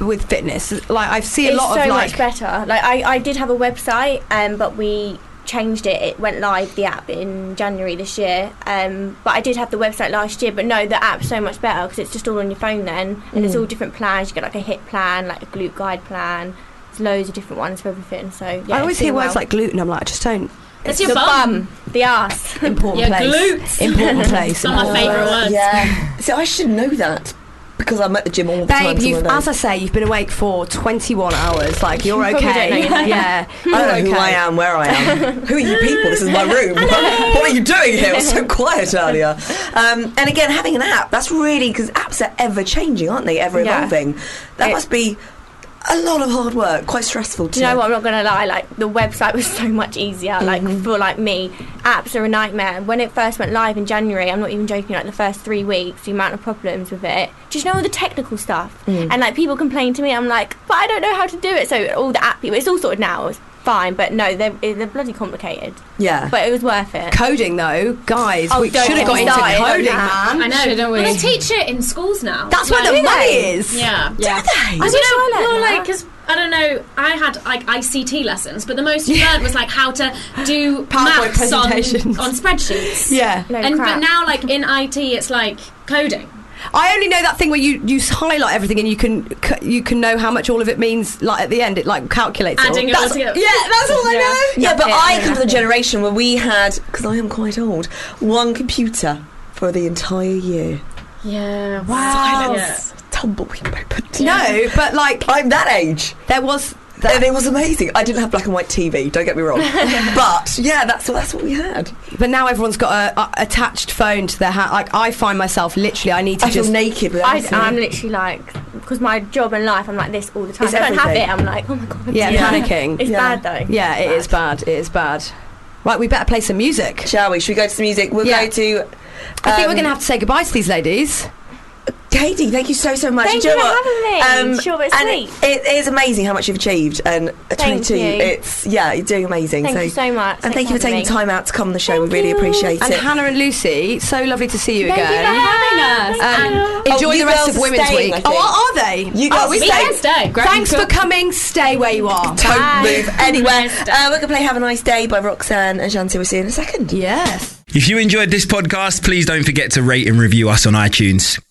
Speaker 7: with fitness. Like I see a
Speaker 14: it's
Speaker 7: lot
Speaker 14: so
Speaker 7: of
Speaker 14: much
Speaker 7: like
Speaker 14: better. Like I, I did have a website, um, but we changed it. It went live the app in January this year. Um, but I did have the website last year. But no, the app's so much better because it's just all on your phone then, and there's
Speaker 13: Mm.
Speaker 14: all different plans. You get like a hit plan, like a glute guide plan. There's loads of different ones for everything. So yeah,
Speaker 7: I always
Speaker 14: it's doing
Speaker 7: hear words
Speaker 14: well.
Speaker 7: like gluten. I'm like, I just don't.
Speaker 14: That's your bum. the ass,
Speaker 7: important
Speaker 14: Your
Speaker 7: place,
Speaker 14: glutes.
Speaker 7: important place.
Speaker 14: It's not my
Speaker 7: important
Speaker 14: favourite
Speaker 7: place.
Speaker 14: words.
Speaker 5: Oh, Yeah. so I should know that because I'm at the gym all the time.
Speaker 7: Babe,
Speaker 5: so I
Speaker 7: you've,
Speaker 5: know.
Speaker 7: as I say, you've been awake for 21 hours. Like you're
Speaker 5: Probably
Speaker 7: okay.
Speaker 5: don't know your name.
Speaker 7: yeah,
Speaker 5: I don't know who
Speaker 7: You're
Speaker 5: I
Speaker 7: okay.
Speaker 5: am, where I am. who are you people? This is my room. what are you doing here? It was so quiet earlier. Um, and again, having an app, that's really because apps are ever changing, aren't they? Ever
Speaker 14: Yeah.
Speaker 5: evolving. That
Speaker 14: It-
Speaker 5: must be a lot of hard work, quite stressful.
Speaker 14: Do you know what? I'm not gonna lie. Like the website was so much easier. Like for like me, apps are a nightmare. When it first went live in January, I'm not even joking. Like the first three weeks, the amount of problems with it. Just know all the technical stuff,
Speaker 4: Mm-hmm.
Speaker 13: Mm.
Speaker 14: and like people complain to me. I'm like, but I don't know how to do it. So all the app people, it's all sorted now. It's fine, but no, they're they're bloody complicated.
Speaker 5: Yeah.
Speaker 14: But it was worth it.
Speaker 7: Coding though, guys,
Speaker 14: Oh,
Speaker 7: we should
Speaker 14: don't
Speaker 7: have
Speaker 14: get
Speaker 7: got
Speaker 14: me
Speaker 7: into
Speaker 14: started on
Speaker 7: coding,
Speaker 14: that.
Speaker 7: man.
Speaker 4: I know.
Speaker 7: Shouldn't
Speaker 4: Well,
Speaker 7: we?
Speaker 4: they teach it in schools now.
Speaker 7: That's where the money is.
Speaker 4: Yeah.
Speaker 7: Do they?
Speaker 4: I
Speaker 7: I
Speaker 4: you
Speaker 7: wish
Speaker 4: know,
Speaker 7: I learned
Speaker 4: well,
Speaker 7: that.
Speaker 4: like, 'cause I don't know. I had like ICT lessons, but the most you learned was like how to do
Speaker 7: PowerPoint
Speaker 4: maths on,
Speaker 7: presentations.
Speaker 4: on spreadsheets.
Speaker 7: Yeah. No
Speaker 4: and
Speaker 7: crap.
Speaker 4: but now like in IT, it's like coding.
Speaker 7: I only know that thing where you, you highlight everything and you can c- you can know how much all of it means. Like at the end, it like calculates. all.
Speaker 4: Adding it all
Speaker 7: that's,
Speaker 4: together.
Speaker 7: Yeah, that's all
Speaker 4: Yeah.
Speaker 7: I know.
Speaker 5: Yeah, but
Speaker 7: it,
Speaker 5: I
Speaker 7: yeah.
Speaker 5: come from the generation where we had, because I am quite old, one computer for the entire year.
Speaker 4: Yeah.
Speaker 7: Wow.
Speaker 5: Silence. Tumbleweed paper.
Speaker 7: No, but like
Speaker 5: I'm that age.
Speaker 7: There was.
Speaker 5: And it was amazing. I didn't have black and white TV. Don't get me wrong, but yeah, that's what that's what we had.
Speaker 7: But now everyone's got a, a attached phone to their hat. Like I find myself literally, I need to
Speaker 5: I feel
Speaker 7: just
Speaker 5: naked without
Speaker 14: I, I'm literally like, because my job and life, I'm like this all the time.
Speaker 7: It's
Speaker 14: if I don't have it,
Speaker 7: everything.
Speaker 14: I'm like, oh my god.
Speaker 7: yeah, panicking.
Speaker 14: It's
Speaker 7: yeah.
Speaker 14: bad though.
Speaker 7: Yeah, it is bad. It is bad. Right, we better play some music,
Speaker 5: shall we? Should we go to some music? We'll go to.
Speaker 7: I think
Speaker 5: um,
Speaker 7: we're going to have to say goodbye to these ladies.
Speaker 5: Katie, thank you so so much.
Speaker 14: Thank
Speaker 5: Do
Speaker 14: you
Speaker 5: know
Speaker 14: for
Speaker 5: what? Um,
Speaker 14: having me. Sure, it's
Speaker 5: and
Speaker 14: sweet.
Speaker 5: it- it is amazing how much you've achieved, and at
Speaker 14: Thank
Speaker 5: 22,
Speaker 14: you.
Speaker 5: it's yeah, you're doing amazing.
Speaker 14: Thank
Speaker 5: so,
Speaker 14: you so much.
Speaker 5: and
Speaker 14: Thanks
Speaker 5: thank you for taking
Speaker 14: having me.
Speaker 5: time out to come on the show. we really appreciate
Speaker 7: And
Speaker 5: it.
Speaker 7: Hannah and Lucy, so lovely to see you
Speaker 11: Thank you
Speaker 7: again.
Speaker 11: for having us.
Speaker 7: Um,
Speaker 11: Thank
Speaker 5: you.
Speaker 7: enjoy
Speaker 5: Oh, you
Speaker 7: the rest
Speaker 5: girls
Speaker 7: of
Speaker 5: are
Speaker 7: Women's
Speaker 5: staying, I
Speaker 7: Week.
Speaker 5: think.
Speaker 7: Oh, are they?
Speaker 5: You
Speaker 7: oh,
Speaker 5: girls are staying. Grab
Speaker 7: Thanks
Speaker 5: your
Speaker 7: for coming. Stay where you are.
Speaker 5: Don't move anywhere. Uh, we're going to play Have a Nice Day by Roxanne and Shanti. We'll see you in a second.
Speaker 7: Yes.
Speaker 13: If you enjoyed this podcast, please don't forget to rate and review us on iTunes.